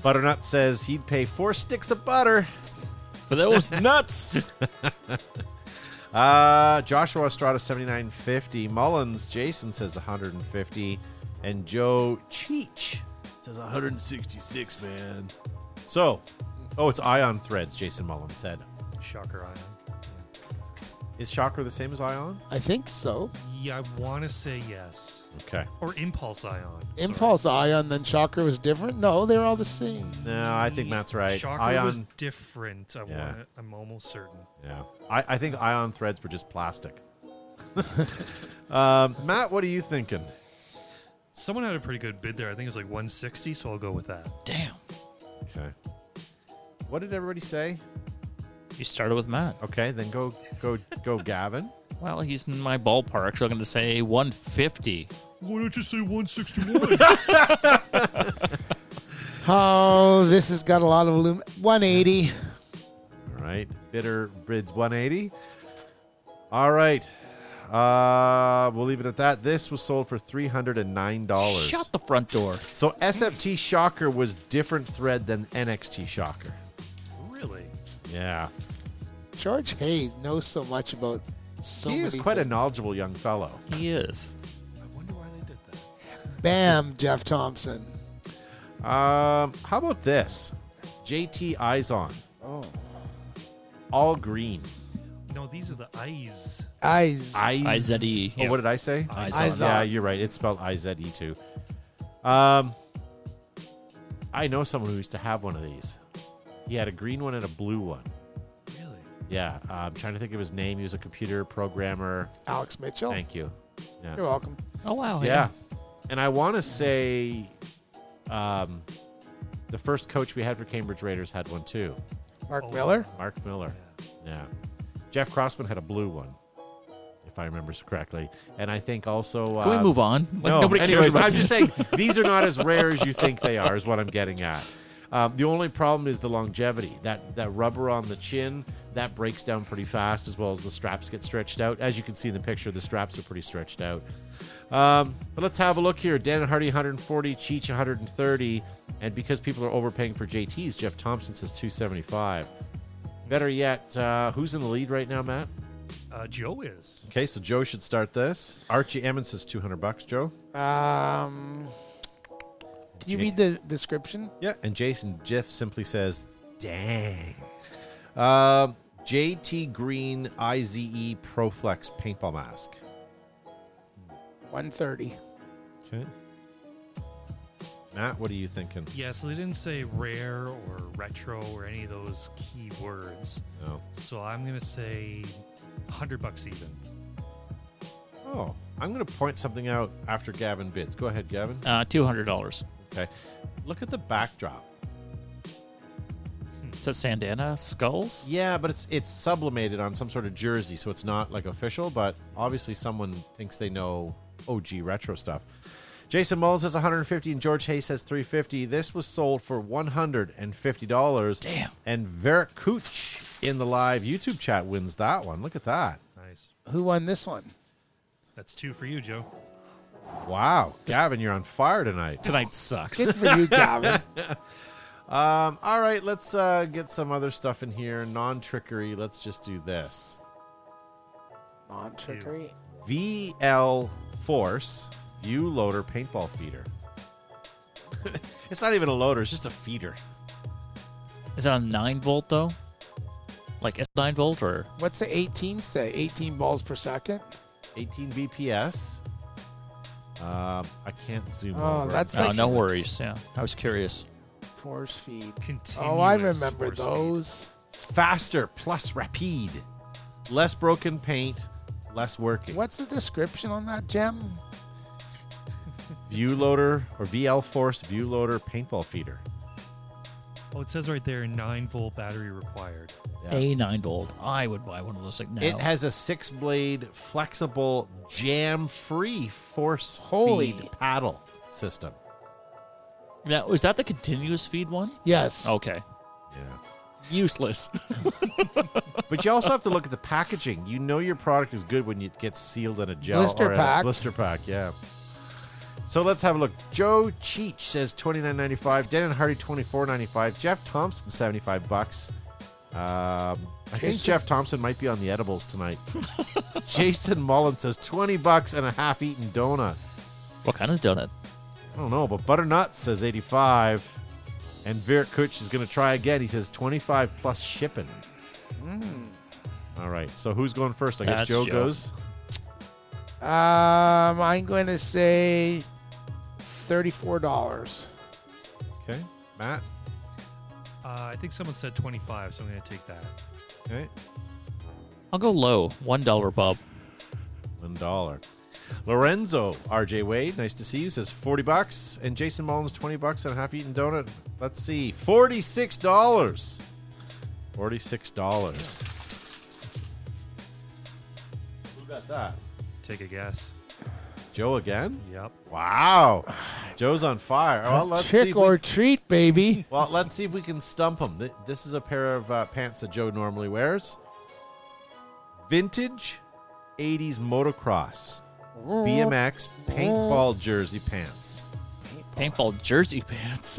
Butternut says he'd pay four sticks of butter. For those nuts. Uh Joshua Estrada 79.50. Mullins Jason says 150. And Joe Cheech says 166, man. So, oh, it's ion threads, Jason Mullins said. Shocker ion. Is Shocker the same as Ion? I think so. Yeah, I want to say yes. Okay. Or impulse ion. sorry. Impulse Ion, then Shocker was different. No, they were all the same. No, I think Matt's right. Shocker Ion. was different. I Yeah. want I'm almost certain. yeah. I, I think Ion threads were just plastic. um, Matt, what are you thinking? Someone had a pretty good bid there. I think it was like 160, so I'll go with that. Damn. Okay. What did everybody say? You started with Matt. Okay, then go go go Gavin. Well, he's in my ballpark, so I'm going to say 150. Why don't you say 161? Oh, this has got a lot of aluminum. 180. All right. Bitter bids 180. All right. Uh, we'll leave it at that. This was sold for $309. Shut the front door. so SFT Shocker was different thread than NXT Shocker. really? Yeah. George Hay knows so much about so he many is quite a things. knowledgeable young fellow. He is. I wonder why they did that. Bam, Jeff Thompson. Um, how about this? JT Eyes on. Oh. All green. No, these are the eyes. Eyes. Eyes. IZE. Oh, what did I say? Eyes Eyes on. Yeah, you're right. It's spelled I Z E too. Um, I know someone who used to have one of these. He had a green one and a blue one. Really? Yeah, uh, I'm trying to think of his name. He was a computer programmer. Alex Mitchell. Thank you. Yeah. You're welcome. Oh, wow. Yeah. And I want to say um, the first coach we had for Cambridge Raiders had one too. Mark Oh, Miller. Mark Miller. Yeah. Jeff Crossman had a blue one, if I remember correctly. And I think also. Can we uh, move on? Like, no, nobody anyways, cares about I'm just this. saying these are not as rare as you think they are, is what I'm getting at. Um, the only problem is the longevity. That that rubber on the chin that breaks down pretty fast, as well as the straps get stretched out. As you can see in the picture, the straps are pretty stretched out. Um, but let's have a look here. Dan Hardy 140, Cheech 130, and because people are overpaying for JTs, Jeff Thompson says 275. Better yet, uh, who's in the lead right now, Matt? Uh, Joe is. Okay, so Joe should start this. Archie Emmons says 200 bucks. Joe. Um, can you read the description? Yeah. And Jason Jiff simply says, dang. Um, JT Green IZE Proflex paintball mask. 130. Okay. Matt, what are you thinking? Yeah, so they didn't say rare or retro or any of those key words. Oh. So I'm going to say 100 bucks even. Oh, I'm going to point something out after Gavin bids. Go ahead, Gavin. Uh, $200. Okay. Look at the backdrop. Is that Sandana skulls? Yeah, but it's it's sublimated on some sort of jersey, so it's not like official, but obviously someone thinks they know OG retro stuff. Jason Mullins says 150 and George Hayes says 350. This was sold for $150. Damn. And Varick Cooch in the live YouTube chat wins that one. Look at that. Nice. Who won this one? That's two for you, Joe. Wow. Gavin, you're on fire tonight. Tonight sucks. Good for you, Gavin. Um, all right, let's uh, get some other stuff in here. Non trickery. Let's just do this. Non trickery. VL Force View Loader Paintball Feeder. it's not even a loader, it's just a feeder. Is that a 9 volt, though? Like it's 9 volt or What's the 18 say? 18 balls per second? 18 BPS. Uh, I can't zoom Oh, over. that's Oh, like no worries. Yeah, I was curious. force feed. Continuous Oh, I remember force those. faster plus rapide. Less broken paint, less working. What's the description on that gem? View loader or VL Force view loader paintball feeder. feed. Oh, it says right there, nine volt battery required. Yeah. A 9 volt. I would buy one of those like now. It has a six blade flexible jam free force Holy. feed paddle system. now, is that the continuous feed one? Yes. Oh. Okay. Yeah. Useless. But you also have to look at the packaging. You know your product is good when it gets sealed in a gel Blister or pack. A blister pack, yeah. So let's have a look. Joe Cheech says twenty nine ninety five. Dan and Hardy twenty four ninety five. Jeff Thompson seventy five bucks. Um, I think Jason- Jeff Thompson might be on the edibles tonight. Jason Mullen says twenty bucks and a half eaten donut. what kind of donut? I don't know, but Butternut says eighty five. And Virat Kuch is going to try again. He says twenty five plus shipping. Hmm. All right. So who's going first? I guess That's Joe, Joe. goes. Um, I'm going to say $34. Okay, Matt. Uh, I think someone said 25, so I'm going to take that. Okay, I'll go low. One dollar, Bob. one dollar. Lorenzo RJ Wade, nice to see you. Says forty bucks, and Jason Mullins twenty bucks on a half-eaten donut. Let's see, forty-six dollars. Forty-six dollars. Who got that? Take a guess. Joe again? Yep. Wow, Joe's on fire. Well, let's see. Trick if or we, treat, baby. well, let's see if we can stump him. Th- This is a pair of uh, pants that Joe normally wears. Vintage, '80s motocross. BMX paintball jersey pants. Paintball jersey pants.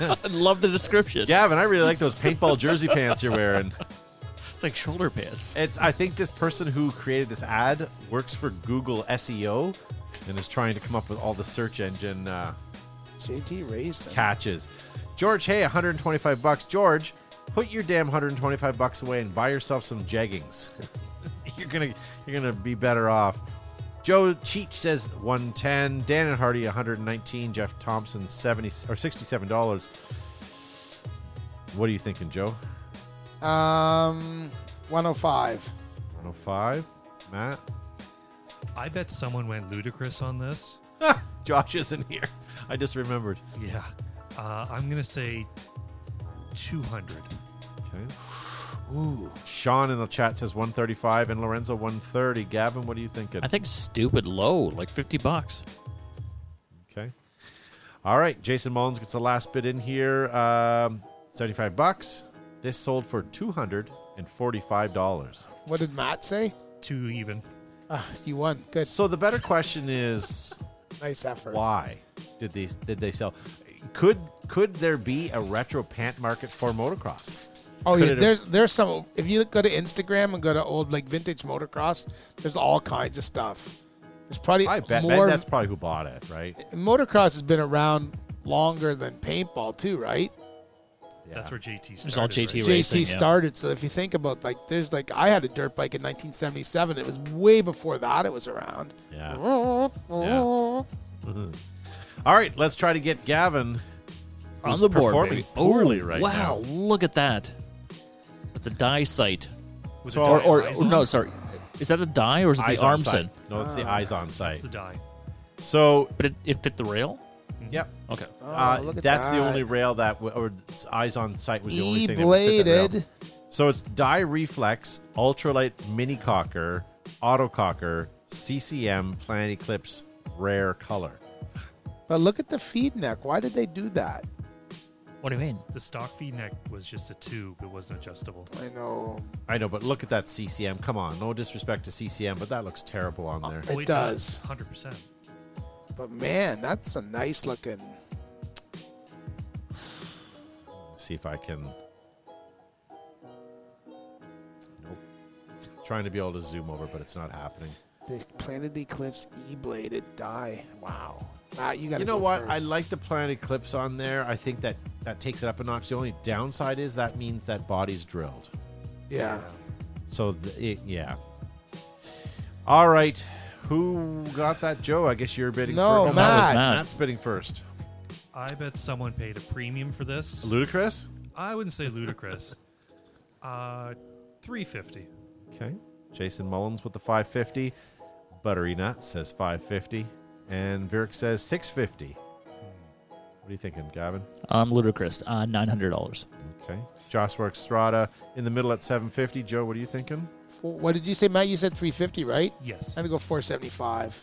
I love the description. Gavin, I really like those paintball jersey pants you're wearing. It's like shoulder pants. It's I think this person who created this ad works for Google SEO and is trying to come up with all the search engine uh, JT Racing. catches. George, hey, 125 bucks. George, put your damn 125 bucks away and buy yourself some jeggings. you're gonna you're gonna be better off. Joe Cheech says 110. Dan and Hardy 119. Jeff Thompson 70 or 67 dollars. What are you thinking, Joe? Um, 105. 105. Matt. I bet someone went ludicrous on this. Ah, Josh isn't here. I just remembered. Yeah. Uh, I'm going to say 200. Okay. Ooh. Sean in the chat says 135 and Lorenzo 130. Gavin, what are you thinking? I think stupid low, like fifty bucks. Okay. All right. Jason Mullins gets the last bit in here. Um, 75 bucks. This sold for $245. What did Matt say? Two even. Ah, you won. Good. So the better question is Nice effort. why did they did they sell? Could could there be a retro pant market for motocross? Oh Could yeah, it- there's there's some. If you go to Instagram and go to old like vintage motocross, there's all kinds of stuff. There's probably I bet more. that's probably who bought it, right? motocross has been around longer than paintball too, right? That's Yeah. where JT started. was all JT right? Racing, yeah. JT started. So if you think about like, there's like I had a dirt bike in 1977. It was way before that. It was around. Yeah. All right, let's try to get Gavin On who's the board, performing baby. poorly right wow, look at that. With the die sight. Was So- it Or- die Or, eyes or on? no, sorry. Is that the die or is it now. the Eyes arm on sight? sight. No, it's the eyes on It's sight. Ah. the die. So, But it, it fit the rail? yep. Okay. Uh, Oh, look at that's the that. only rail that, w- or s- eyes on sight was the only thing. that would fit that rail. E-bladed. So it's die reflex, ultralight mini cocker, auto cocker, CCM, plan eclipse, rare color. But look at the feed neck. Why did they do that? What do you mean? The stock feed neck was just a tube. It wasn't adjustable. I know I know, but look at that CCM. Come on, no disrespect to CCM, but that looks terrible on there. It Oh, does. 100%. But man, that's a nice looking. see if I can. Nope. Trying to be able to zoom over, but it's not happening. The Planet Eclipse E-bladed die. Wow. Matt, you got. You know what? I like the planet eclipse on there. I think that that takes it up a notch. The only downside is that means that body's drilled. Yeah. So th- it, yeah. All right, who got that, Joe? I guess you're bidding. No, first. Matt. that was Matt. Matt's bidding first. I bet someone paid a premium for this. Ludacris. I wouldn't say ludicrous. uh, three fifty. Okay. Jason Mullins with the 550. Buttery Nut says 550. And Virk says 650. What are you thinking, Gavin? I'm ludicrous. Uh, nine hundred dollars. Okay. Joshua Estrada in the middle at 750. Joe, what are you thinking? Four- What did you say, Matt? You said 350, right? Yes. I'm gonna go 475.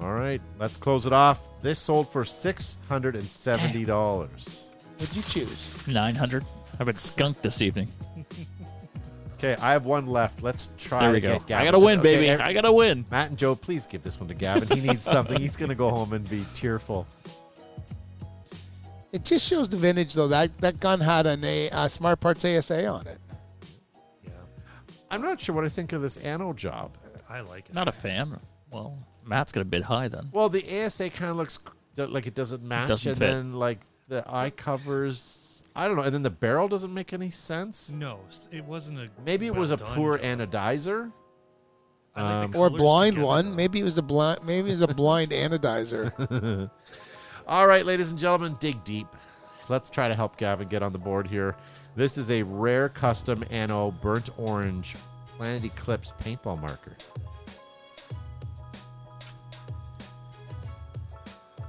All right. Let's close it off. This sold for $670. What'd you choose? Nine hundred. I've been skunked this evening. Okay. I have one left. Let's try There to we go. get Gavin. I gotta to- win, okay, baby. every- I gotta win. Matt and Joe, please give this one to Gavin. He needs something. He's going to go home and be tearful. It just shows the vintage, though. That that gun had an a uh, Smart Parts ASA on it. I'm not sure what I think of this Anno job. I like it. Not a fan. Well, Matt's gonna bid high then. Well, the ASA kind of looks c- d- like it doesn't match, Doesn't and fit. then like the eye covers. I don't know, and then the barrel doesn't make any sense. No, s- it wasn't a. Maybe it was a well-done poor job. anodizer. Um, I like the Or a colors blind together, one. though. Maybe it was a blind. Maybe it was a blind anodizer. All right, ladies and gentlemen, dig deep. Let's try to help Gavin get on the board here. This is a rare custom Anno burnt orange Planet Eclipse paintball marker.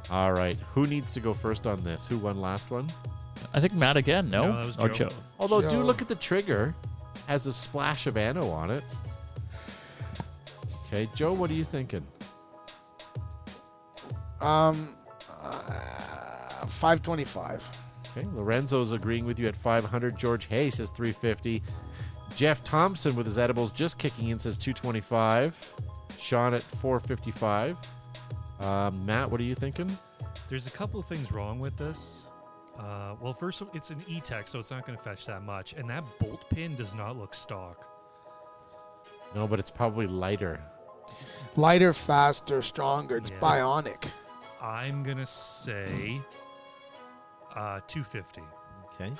All right, who needs to go first on this? Who won last one? I think Matt again. No, No, that was Oh, or Joe. Joe. Although, do Joe. look at the trigger, has a splash of Anno on it. Okay, Joe, what are you thinking? um, uh, 525. Okay, Lorenzo's agreeing with you at 500. George Hay says 350. Jeff Thompson with his edibles just kicking in says 225. Sean at 455. Um, Matt, what are you thinking? There's a couple of things wrong with this. Uh, well, first, it's an E-Tech, so it's not going to fetch that much, and that bolt pin does not look stock. No, but it's probably lighter. Lighter, faster, stronger. It's Yeah. bionic. I'm gonna say uh, 250. Okay.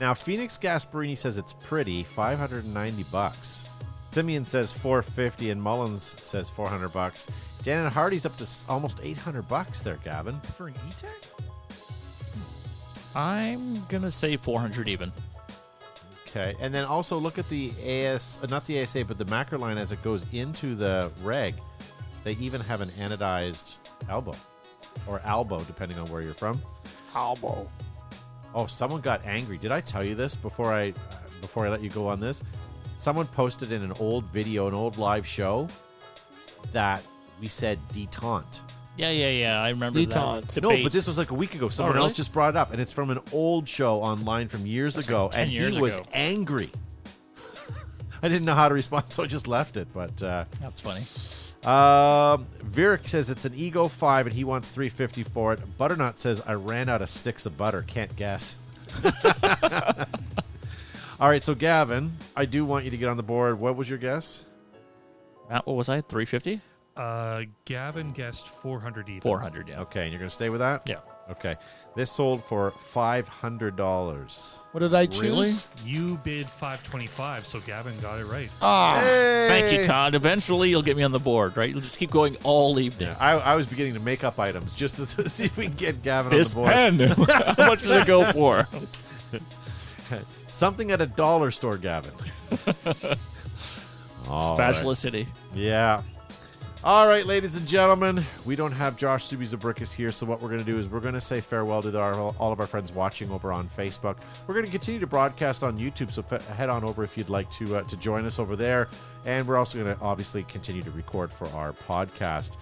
Now Phoenix Gasparini says it's pretty, 590 bucks. Simeon says 450 and Mullins says 400 bucks. Janet Hardy's up to s- almost 800 bucks there, Gavin. For an E-Tech? I'm gonna say four hundred even. Okay. And then also look at the AS, uh, not the ASA, but the macro line as it goes into the reg. They even have an anodized elbow or elbow, depending on where you're from. Albo. Oh, someone got angry. Did I tell you this before I before I let you go on this? Someone posted in an old video, an old live show, that we said detente. Yeah, yeah, yeah. I remember Detente. that. No, debate. but this was like a week ago. Someone Oh, really? else just brought it up, and it's from an old show online from years ago, like 10 and years he was ago. angry. I didn't know how to respond, so I just left it. But uh, That's funny. um, Virek says it's an Ego Five, and he wants three fifty for it. Butternut says I ran out of sticks of butter. Can't guess. All right, so Gavin, I do want you to get on the board. What was your guess? Matt, what was I? Three fifty? Uh, Gavin guessed 400 even. Four hundred. Yeah. Okay, and you're going to stay with that. Yeah. Okay, this sold for five hundred dollars. What did I choose? Really? You bid 525, so Gavin got it right. Uh, Ah, Thank you, Todd. Eventually, you'll get me on the board, right? You'll just keep going all evening. I, I was beginning to make up items just to, see if we can get Gavin This on the board. pen. How much does it go for? Something at a dollar store, Gavin. All right. Specialist City. Yeah. All right, ladies and gentlemen, we don't have Josh Subizabrickus here, so what we're going to do is we're going to say farewell to our, all of our friends watching over on Facebook. We're going to continue to broadcast on YouTube, so fe- head on over if you'd like to uh, to join us over there. And we're also going to obviously continue to record for our podcast.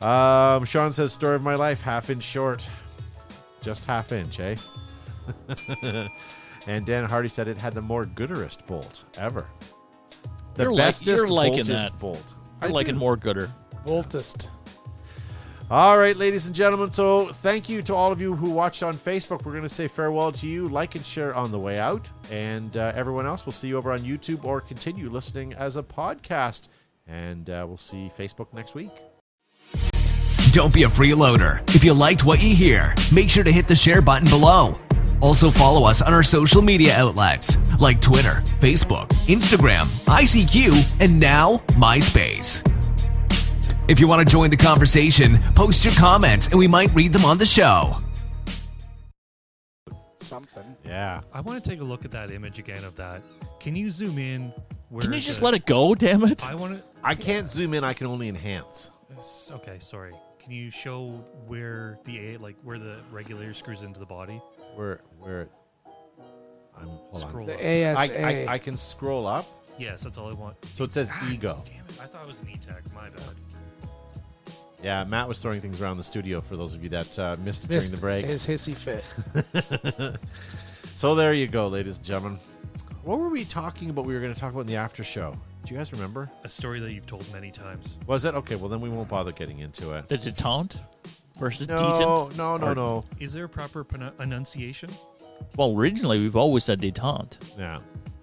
Um, Sean says, "Story of my life, half inch short, just half inch, eh?" and Dan Hardy said it had the more gooderest bolt ever. The You're like- bestest, you're liking boltest that. bolt. I like it more gooder. Voltist. All right, ladies and gentlemen. So, thank you to all of you who watched on Facebook. We're going to say farewell to you. Like and share on the way out. And uh, everyone else, we'll see you over on YouTube or continue listening as a podcast. And uh, we'll see Facebook next week. Don't be a freeloader. If you liked what you hear, make sure to hit the share button below. Also, follow us on our social media outlets like Twitter, Facebook, Instagram, ICQ, and now MySpace. If you want to join the conversation, post your comments and we might read them on the show. Something. Yeah. I want to take a look at that image again of that. Can you zoom in? Where Can you just let it go? Damn it! I want to. I can't zoom in. I can only enhance. S- Okay, sorry. Can you show where the a like where the regulator screws into the body? Where where? I'm hold on. Scroll. The up. ASA. I, I I can scroll up. yes, that's all I want. So it says Oh. ego. Damn it! I thought it was an E-Tech. My bad. Yeah, Matt was throwing things around the studio for those of you that uh, missed it missed during the break. his hissy fit. So there you go, ladies and gentlemen. What were we talking about? We were going to talk about in the after show. Do you guys remember? A story that you've told many times. Was it okay? Well, then we won't bother getting into it. the detente versus No, detent. no, no, no. Is there a proper pronou- enunciation? Well, originally we've always said detente Yeah.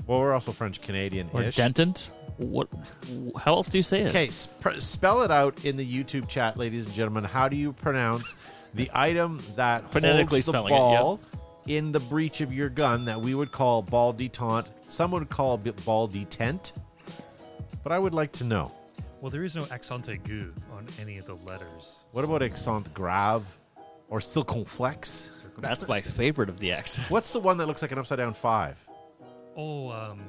Well, we're also French Canadian or ish. dentant. What? wh- How else do you say it? Okay, sp- spell it out in the YouTube chat, ladies and gentlemen. How do you pronounce the item that Phonetically holds the spelling it, yeah. ball in the breech of your gun that we would call ball detente? Some would call b- ball detent, but I would like to know Well, there is no accent aigu on any of the letters. what about accent grave or circumflex? That's my favorite of the accent. What's the one that looks like an upside down five? Oh, um,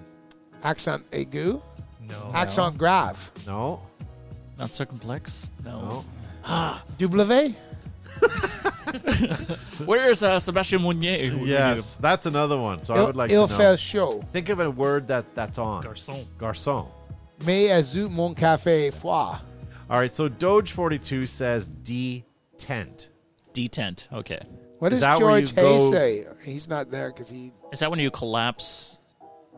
Accent aigu. no. Accent grave. No, Not circumflex. No. no. Double Where is uh, Sebastian Mounier? who we Yes, that's another one. So I would like Il to know. fait chaud. Think of a word that that's on. Garçon. Garçon. Mais azu mon café froid. All right, so Doge42 says detent. need? Detent. Okay. What Is does that where George you Hay go- say? He's not there because he. Is that when you collapse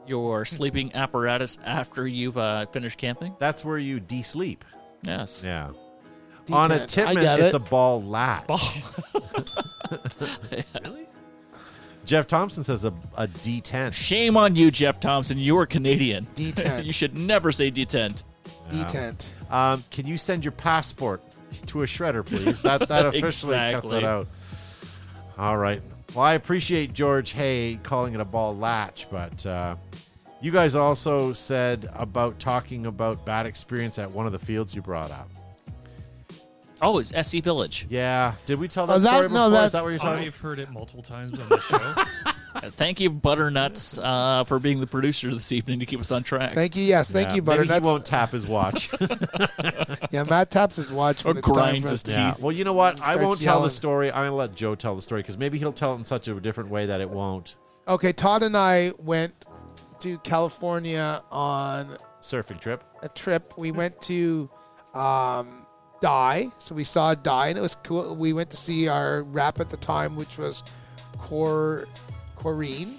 your sleeping apparatus after you've uh, finished camping? That's where you de-sleep. Yes. Yeah. On a Detent. I Titman, get it's it. a ball latch. Really? Jeff Thompson says a, a detent. Shame on you, Jeff Thompson. You are Canadian. Detent. you should never say detent. Detent. Um, can you send your passport to a shredder, please? That that officially cuts it Exactly. out. All right. Well, I appreciate George Hay calling it a ball latch, but uh, you guys also said about talking about bad experience at one of the fields you brought up. Oh, it's SC Village. Yeah. Did we tell that, Oh, that- story no, before? Is that's- that what you're talking about? I've heard it multiple times on the show. Uh, Thank you, Butternuts, uh, for being the producer this evening to keep us on track. Thank you. Yes. Thank Yeah, you, Maybe he Butternuts. won't tap his watch. Yeah, Matt taps his watch Or when it's time grinds for his teeth. Yeah. Well, you know what? I Starts won't tell the yelling. story. I'm gonna let Joe tell the story because maybe he'll tell it in such a different way that it won't. Okay, Todd and I went to California on Surfing trip. a trip. We went to um, Die, so we saw Die, and it was cool. We went to see our rap at the time, which was Cor Corrine,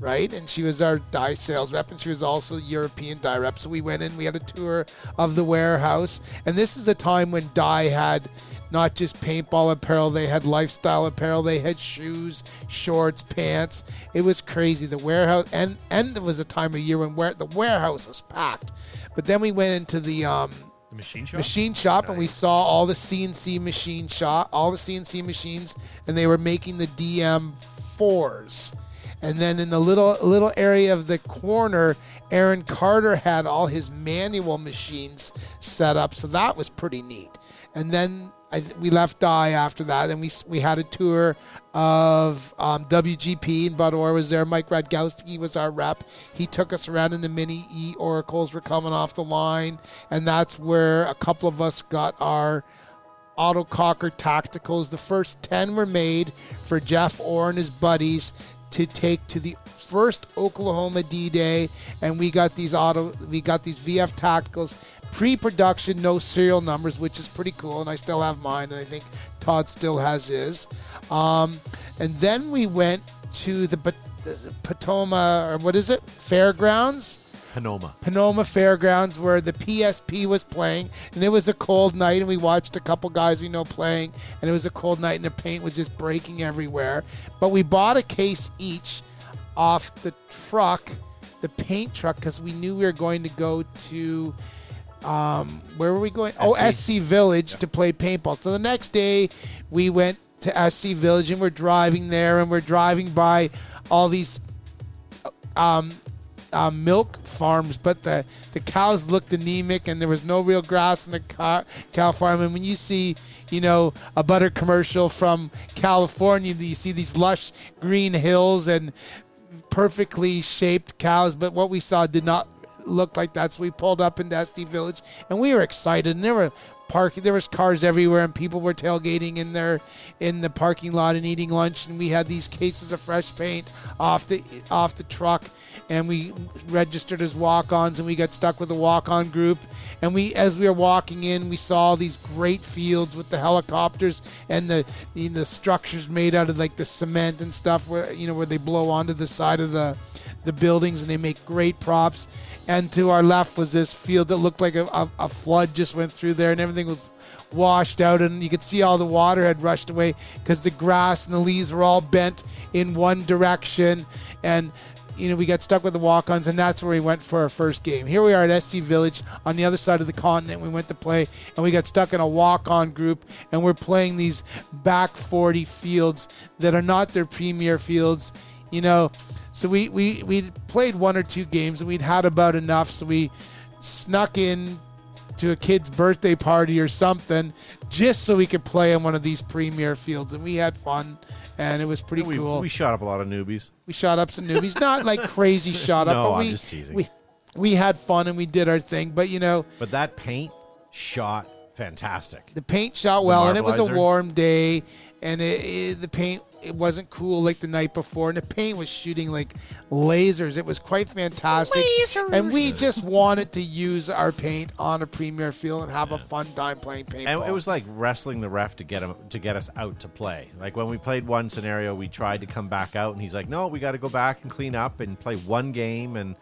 right? And she was our Die sales rep, and she was also European Die rep. So we went in, we had a tour of the warehouse, and this is the time when Die had not just paintball apparel, they had lifestyle apparel, they had shoes, shorts, pants. It was crazy. The warehouse and and it was a time of year when where the warehouse was packed. But then we went into the um The machine shop. machine shop and we saw all the CNC machine shop, all the CNC machines and they were making the DM4s. And then in the little little area of the corner, Aaron Carter had all his manual machines set up, so that was pretty neat. And then I th- we left Die after that, and we s- we had a tour of um, WGP, and Bud Orr was there. Mike Radgowski was our rep. He took us around, and the mini E Oracles were coming off the line, and that's where a couple of us got our Auto Cocker Tacticals. The first 10 were made for Jeff Orr and his buddies to take to the first Oklahoma D-Day and we got these auto we got these VF Tacticals pre-production no serial numbers which is pretty cool and I still have mine and I think Todd still has his. Um, and then we went to the, Pat- the Patoma or what is it? Fairgrounds. Panoma. Panoma Fairgrounds where the PSP was playing, and it was a cold night, and we watched a couple guys we know playing, and it was a cold night, and the paint was just breaking everywhere. But we bought a case each off the truck, the paint truck, because we knew we were going to go to um, where were we going? Oh, SC Village to play paintball. So the next day, we went to to SC Village and we're driving there and we're driving by all these uh, milk farms, but the, the cows looked anemic and there was no real grass in the cow, cow farm. And when you see, you know, a butter commercial from California, you see these lush green hills and perfectly shaped cows, but what we saw did not look like that. So we pulled up into Estee Village and we were excited. And there were parking there was cars everywhere and people were tailgating in their in the parking lot and eating lunch and we had these cases of fresh paint off the off the truck and we registered as walk-ons and we got stuck with the walk-on group and we as we were walking in we saw these great fields with the helicopters and the the, the structures made out of like the cement and stuff where you know where they blow onto the side of the the buildings and they make great props. And to our left was this field that looked like a, a, a flood just went through there and everything was washed out and you could see all the water had rushed away because the grass and the leaves were all bent in one direction and you know we got stuck with the walk-ons and that's where we went for our first game here we are at sc village on the other side of the continent we went to play and we got stuck in a walk-on group and we're playing these back 40 fields that are not their premier fields you know so we we we played one or two games and we'd had about enough. So we snuck in to a kid's birthday party or something just so we could play on one of these premier fields, and we had fun, and it was pretty We, cool. we We, shot up a lot of newbies. shot up some newbies, not like crazy shot up, No, but I'm we just teasing. we we had fun and we did our thing. But you know, But that paint shot fantastic. the paint shot well, and it was a marbleizer. warm day, and it, it- the paint it wasn't cool like the night before, and the paint was shooting like lasers. It was quite fantastic, and we just wanted to use our paint on a premier field and have a fun time playing paintball. And it was like wrestling the ref to get him to get us out to play. Like when we played one scenario, we tried to come back out, and he's like, "No, we got to go back and clean up and play one game." And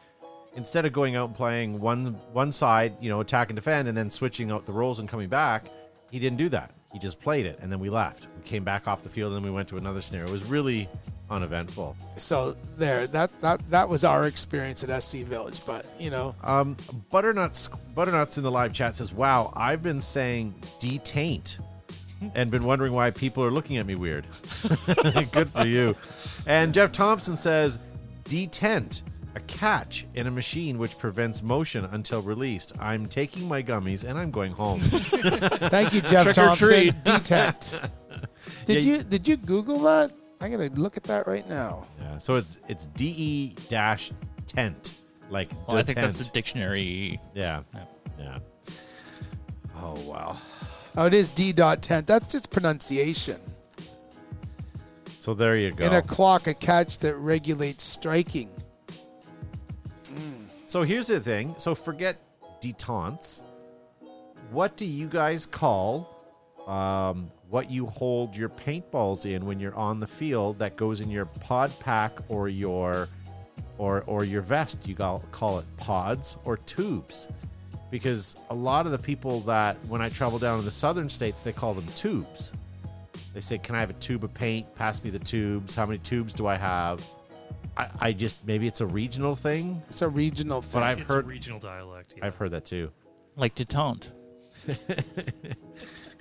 instead of going out and playing one one side, you know, attack and defend, and then switching out the roles and coming back, he didn't do that. He just played it, and then we left. We came back off the field, and then we went to another scenario. It was really uneventful. so there, that that that was our experience at SC Village, but you know, Um, Butternuts Butternuts in the live chat says, "Wow, I've been saying detaint." And been wondering why people are looking at me weird. Good for you. And Jeff Thompson says, detent, a catch in a machine which prevents motion until released. I'm taking my gummies and I'm going home. thank you, Jeff Trick or Thompson. treat. Detect. Did Yeah, you did you Google that? I'm gonna look at that right now. yeah, so it's it's D E dash tent, like Well, I think that's the detent. dictionary. yeah, yeah. Oh wow. Oh, it is D dot tent. That's just pronunciation. So there you go. in a clock a catch that regulates striking. So here's the thing. So forget detentes. What do you guys call um, what you hold your paintballs in when you're on the field that goes in your pod pack or your or or your vest? You call, call it pods or tubes. Because a lot of the people that when I travel down to the southern states, they call them tubes. They say, "Can I have a tube of paint? Pass me the tubes. How many tubes do I have?" I, I just maybe it's a regional thing. It's a regional thing. But I've it's heard a regional dialect. Yeah. I've heard that too. Like detente.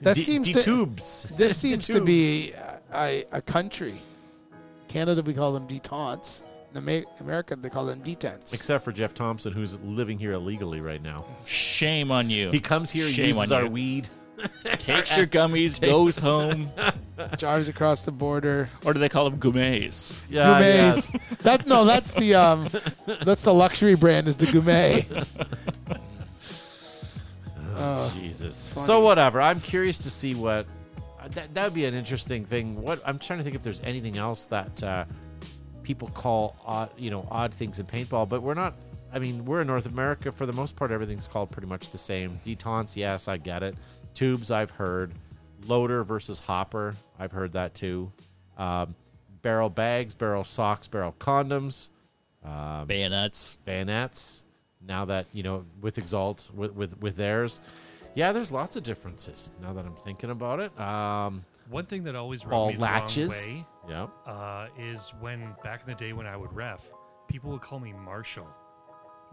that D- seems to, D-tubes. this seems to be a, a, a country. Canada, we call them detentes. In Amer- America, they call them detents. Except for Jeff Thompson, who's living here illegally right now. Shame on you. He comes here, Shame uses on our you. weed. Takes your gummies, goes home. Jars across the border. Or do they call them gourmets? Yeah, Gourmets. That no, that's the um, that's the luxury brand is the gourmet. Jesus. funny. So whatever. I'm curious to see what uh, that that would be an interesting thing. What I'm trying to think if there's anything else that uh, people call odd, you know, odd things in paintball, but we're not. I mean, we're in North America for the most part. Everything's called pretty much the same. Detents, yes, I get it. Tubes, I've heard. Loader versus hopper, I've heard that too. Um, barrel bags, barrel socks, barrel condoms Um, Bayonets. bayonets now that you know with exalt with with, with theirs yeah there's lots of differences now that i'm thinking about it um One thing that always rubbed ball me the latches wrong way yeah uh, is when back in the day when I would ref, people would call me Marshall.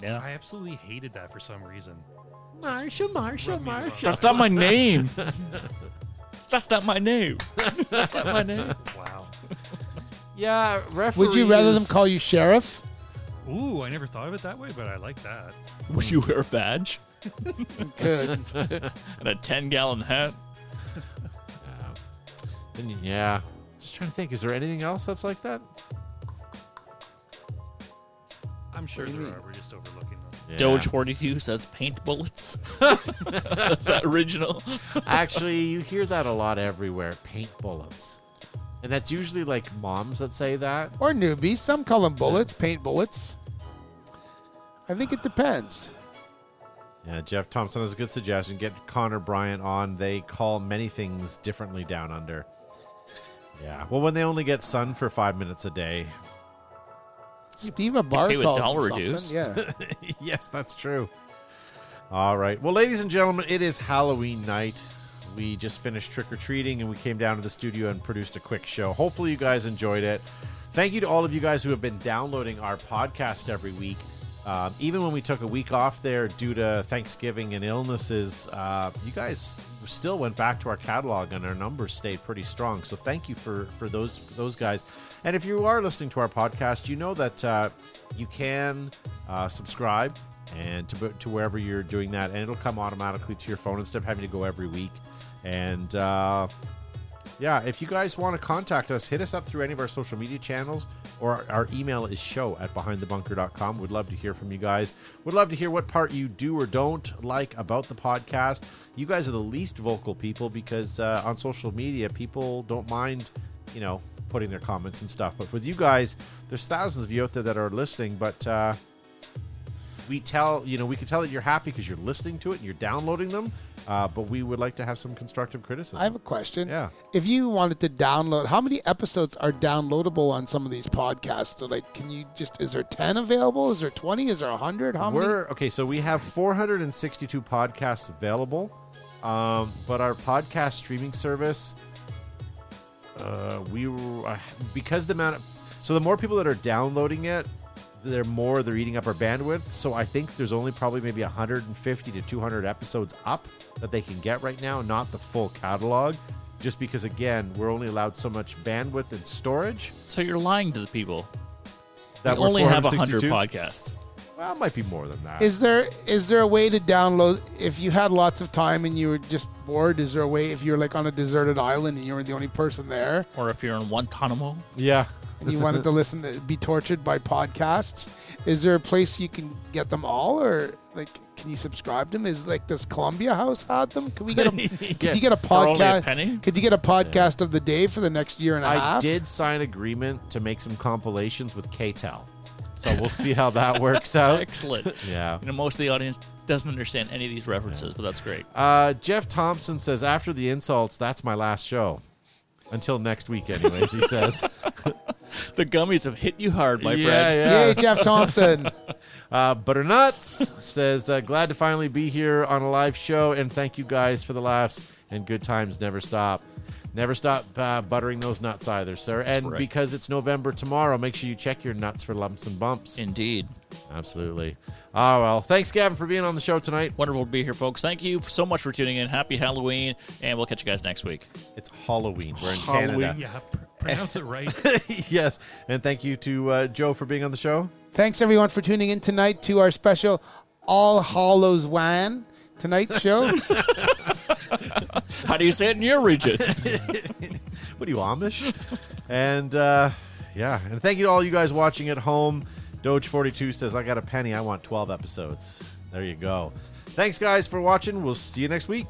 Yeah. I absolutely hated that for some reason. marshall marshall Rub me wrong. marshall That's not my name. That's not my name. That's not my name. Wow. Yeah, referees. Would you rather them call you sheriff? Ooh, I never thought of it that way, but I like that. Would you wear a badge Good. and a ten gallon hat? Then you- Yeah. Just trying to think. Is there anything else that's like that? I'm sure there are. We're just overlooking them. yeah. Doge forty two says paint bullets. Is that original? Actually, Actually, you hear that a lot everywhere. Paint bullets, and that's usually like moms that say that. Or newbies. Some call them bullets, paint bullets. I think it depends. Yeah, Jeff Thompson has a good suggestion. Get Connor Bryant on. They call many things differently down under. Yeah. Well, when they only get sun for five minutes a day. Steve Abar pay with calls dollar them dues. something. Yeah. yes, that's true. All right. Well, ladies and gentlemen, it is Halloween night. We just finished trick or treating and we came down to the studio and produced a quick show. Hopefully, you guys enjoyed it. Thank you to all of you guys who have been downloading our podcast every week. Um, even when we took a week off there due to Thanksgiving and illnesses, uh, you guys still went back to our catalog and our numbers stayed pretty strong. So thank you for for those those guys. And if you are listening to our podcast, you know that uh, you can uh, subscribe and to, to wherever you're doing that, and it'll come automatically to your phone instead of having to go every week. And uh, yeah, if you guys want to contact us, hit us up through any of our social media channels or our email is show at behindthebunker.com. We'd love to hear from you guys. Would love to hear what part you do or don't like about the podcast. You guys are the least vocal people because uh, on social media, people don't mind, you know, putting their comments and stuff. But with you guys, there's thousands of you out there that are listening, but. Uh, we tell you know we can tell that you're happy because you're listening to it and you're downloading them uh, but we would like to have some constructive criticism I have a question. Yeah. If you wanted to download, how many episodes are downloadable on some of these podcasts? So, like, can you just, is there 10 available? Is there 20? Is there 100? How many? We're okay. So we have 462 podcasts available, um, but our podcast streaming service, uh, we were- uh, because the amount of so the more people that are downloading it, they're more they're eating up our bandwidth. So I think there's only probably maybe 150 to 200 episodes up that they can get right now, not the full catalog. Just because, again, we're only allowed so much bandwidth and storage. So you're lying to the people. That we we're only have hundred 462. podcasts. Well, it might be more than that. Is there is there a way to download if you had lots of time and you were just bored? Is there a way if you're like on a deserted island and you were the only person there Or if you're in Guantanamo, yeah. and you wanted to listen to be tortured by podcasts? Is there a place you can get them all or like can you subscribe to them? Is like does Columbia House have them? Can we get a could you get a For only a podcast? penny? Could you get a podcast of the day for the next year and a I half? did sign agreement to make some compilations with KTEL. So we'll see how that works out. excellent. Yeah. You know, most of the audience doesn't understand any of these references, but that's great. Uh, Jeff Thompson says, after the insults, that's my last show. Until next week, anyways, he says. The gummies have hit you hard, my friend. yeah, Yay, yeah. Jeff Thompson. Uh, Butternuts says, uh, glad to finally be here on a live show, and thank you guys for the laughs and good times. Never stop. Never stop uh, buttering those nuts either, sir. and correct. because it's November tomorrow, make sure you check your nuts for lumps and bumps. Indeed. Absolutely. Ah, well, thanks, Gavin, for being on the show tonight. Wonderful to be here, folks. Thank you so much for tuning in. Happy Halloween, and we'll catch you guys next week. It's Halloween. We're in Yeah, Canada. pr- pronounce it right. yes. And thank you to uh, Joe for being on the show. Thanks everyone for tuning in tonight to our special All Hallows Wan tonight show. How do you say it in your region? What are you, Amish? and uh, yeah. And thank you to all you guys watching at home. Doge42 says, I got a penny. I want 12 episodes. There you go. Thanks, guys, for watching. We'll see you next week.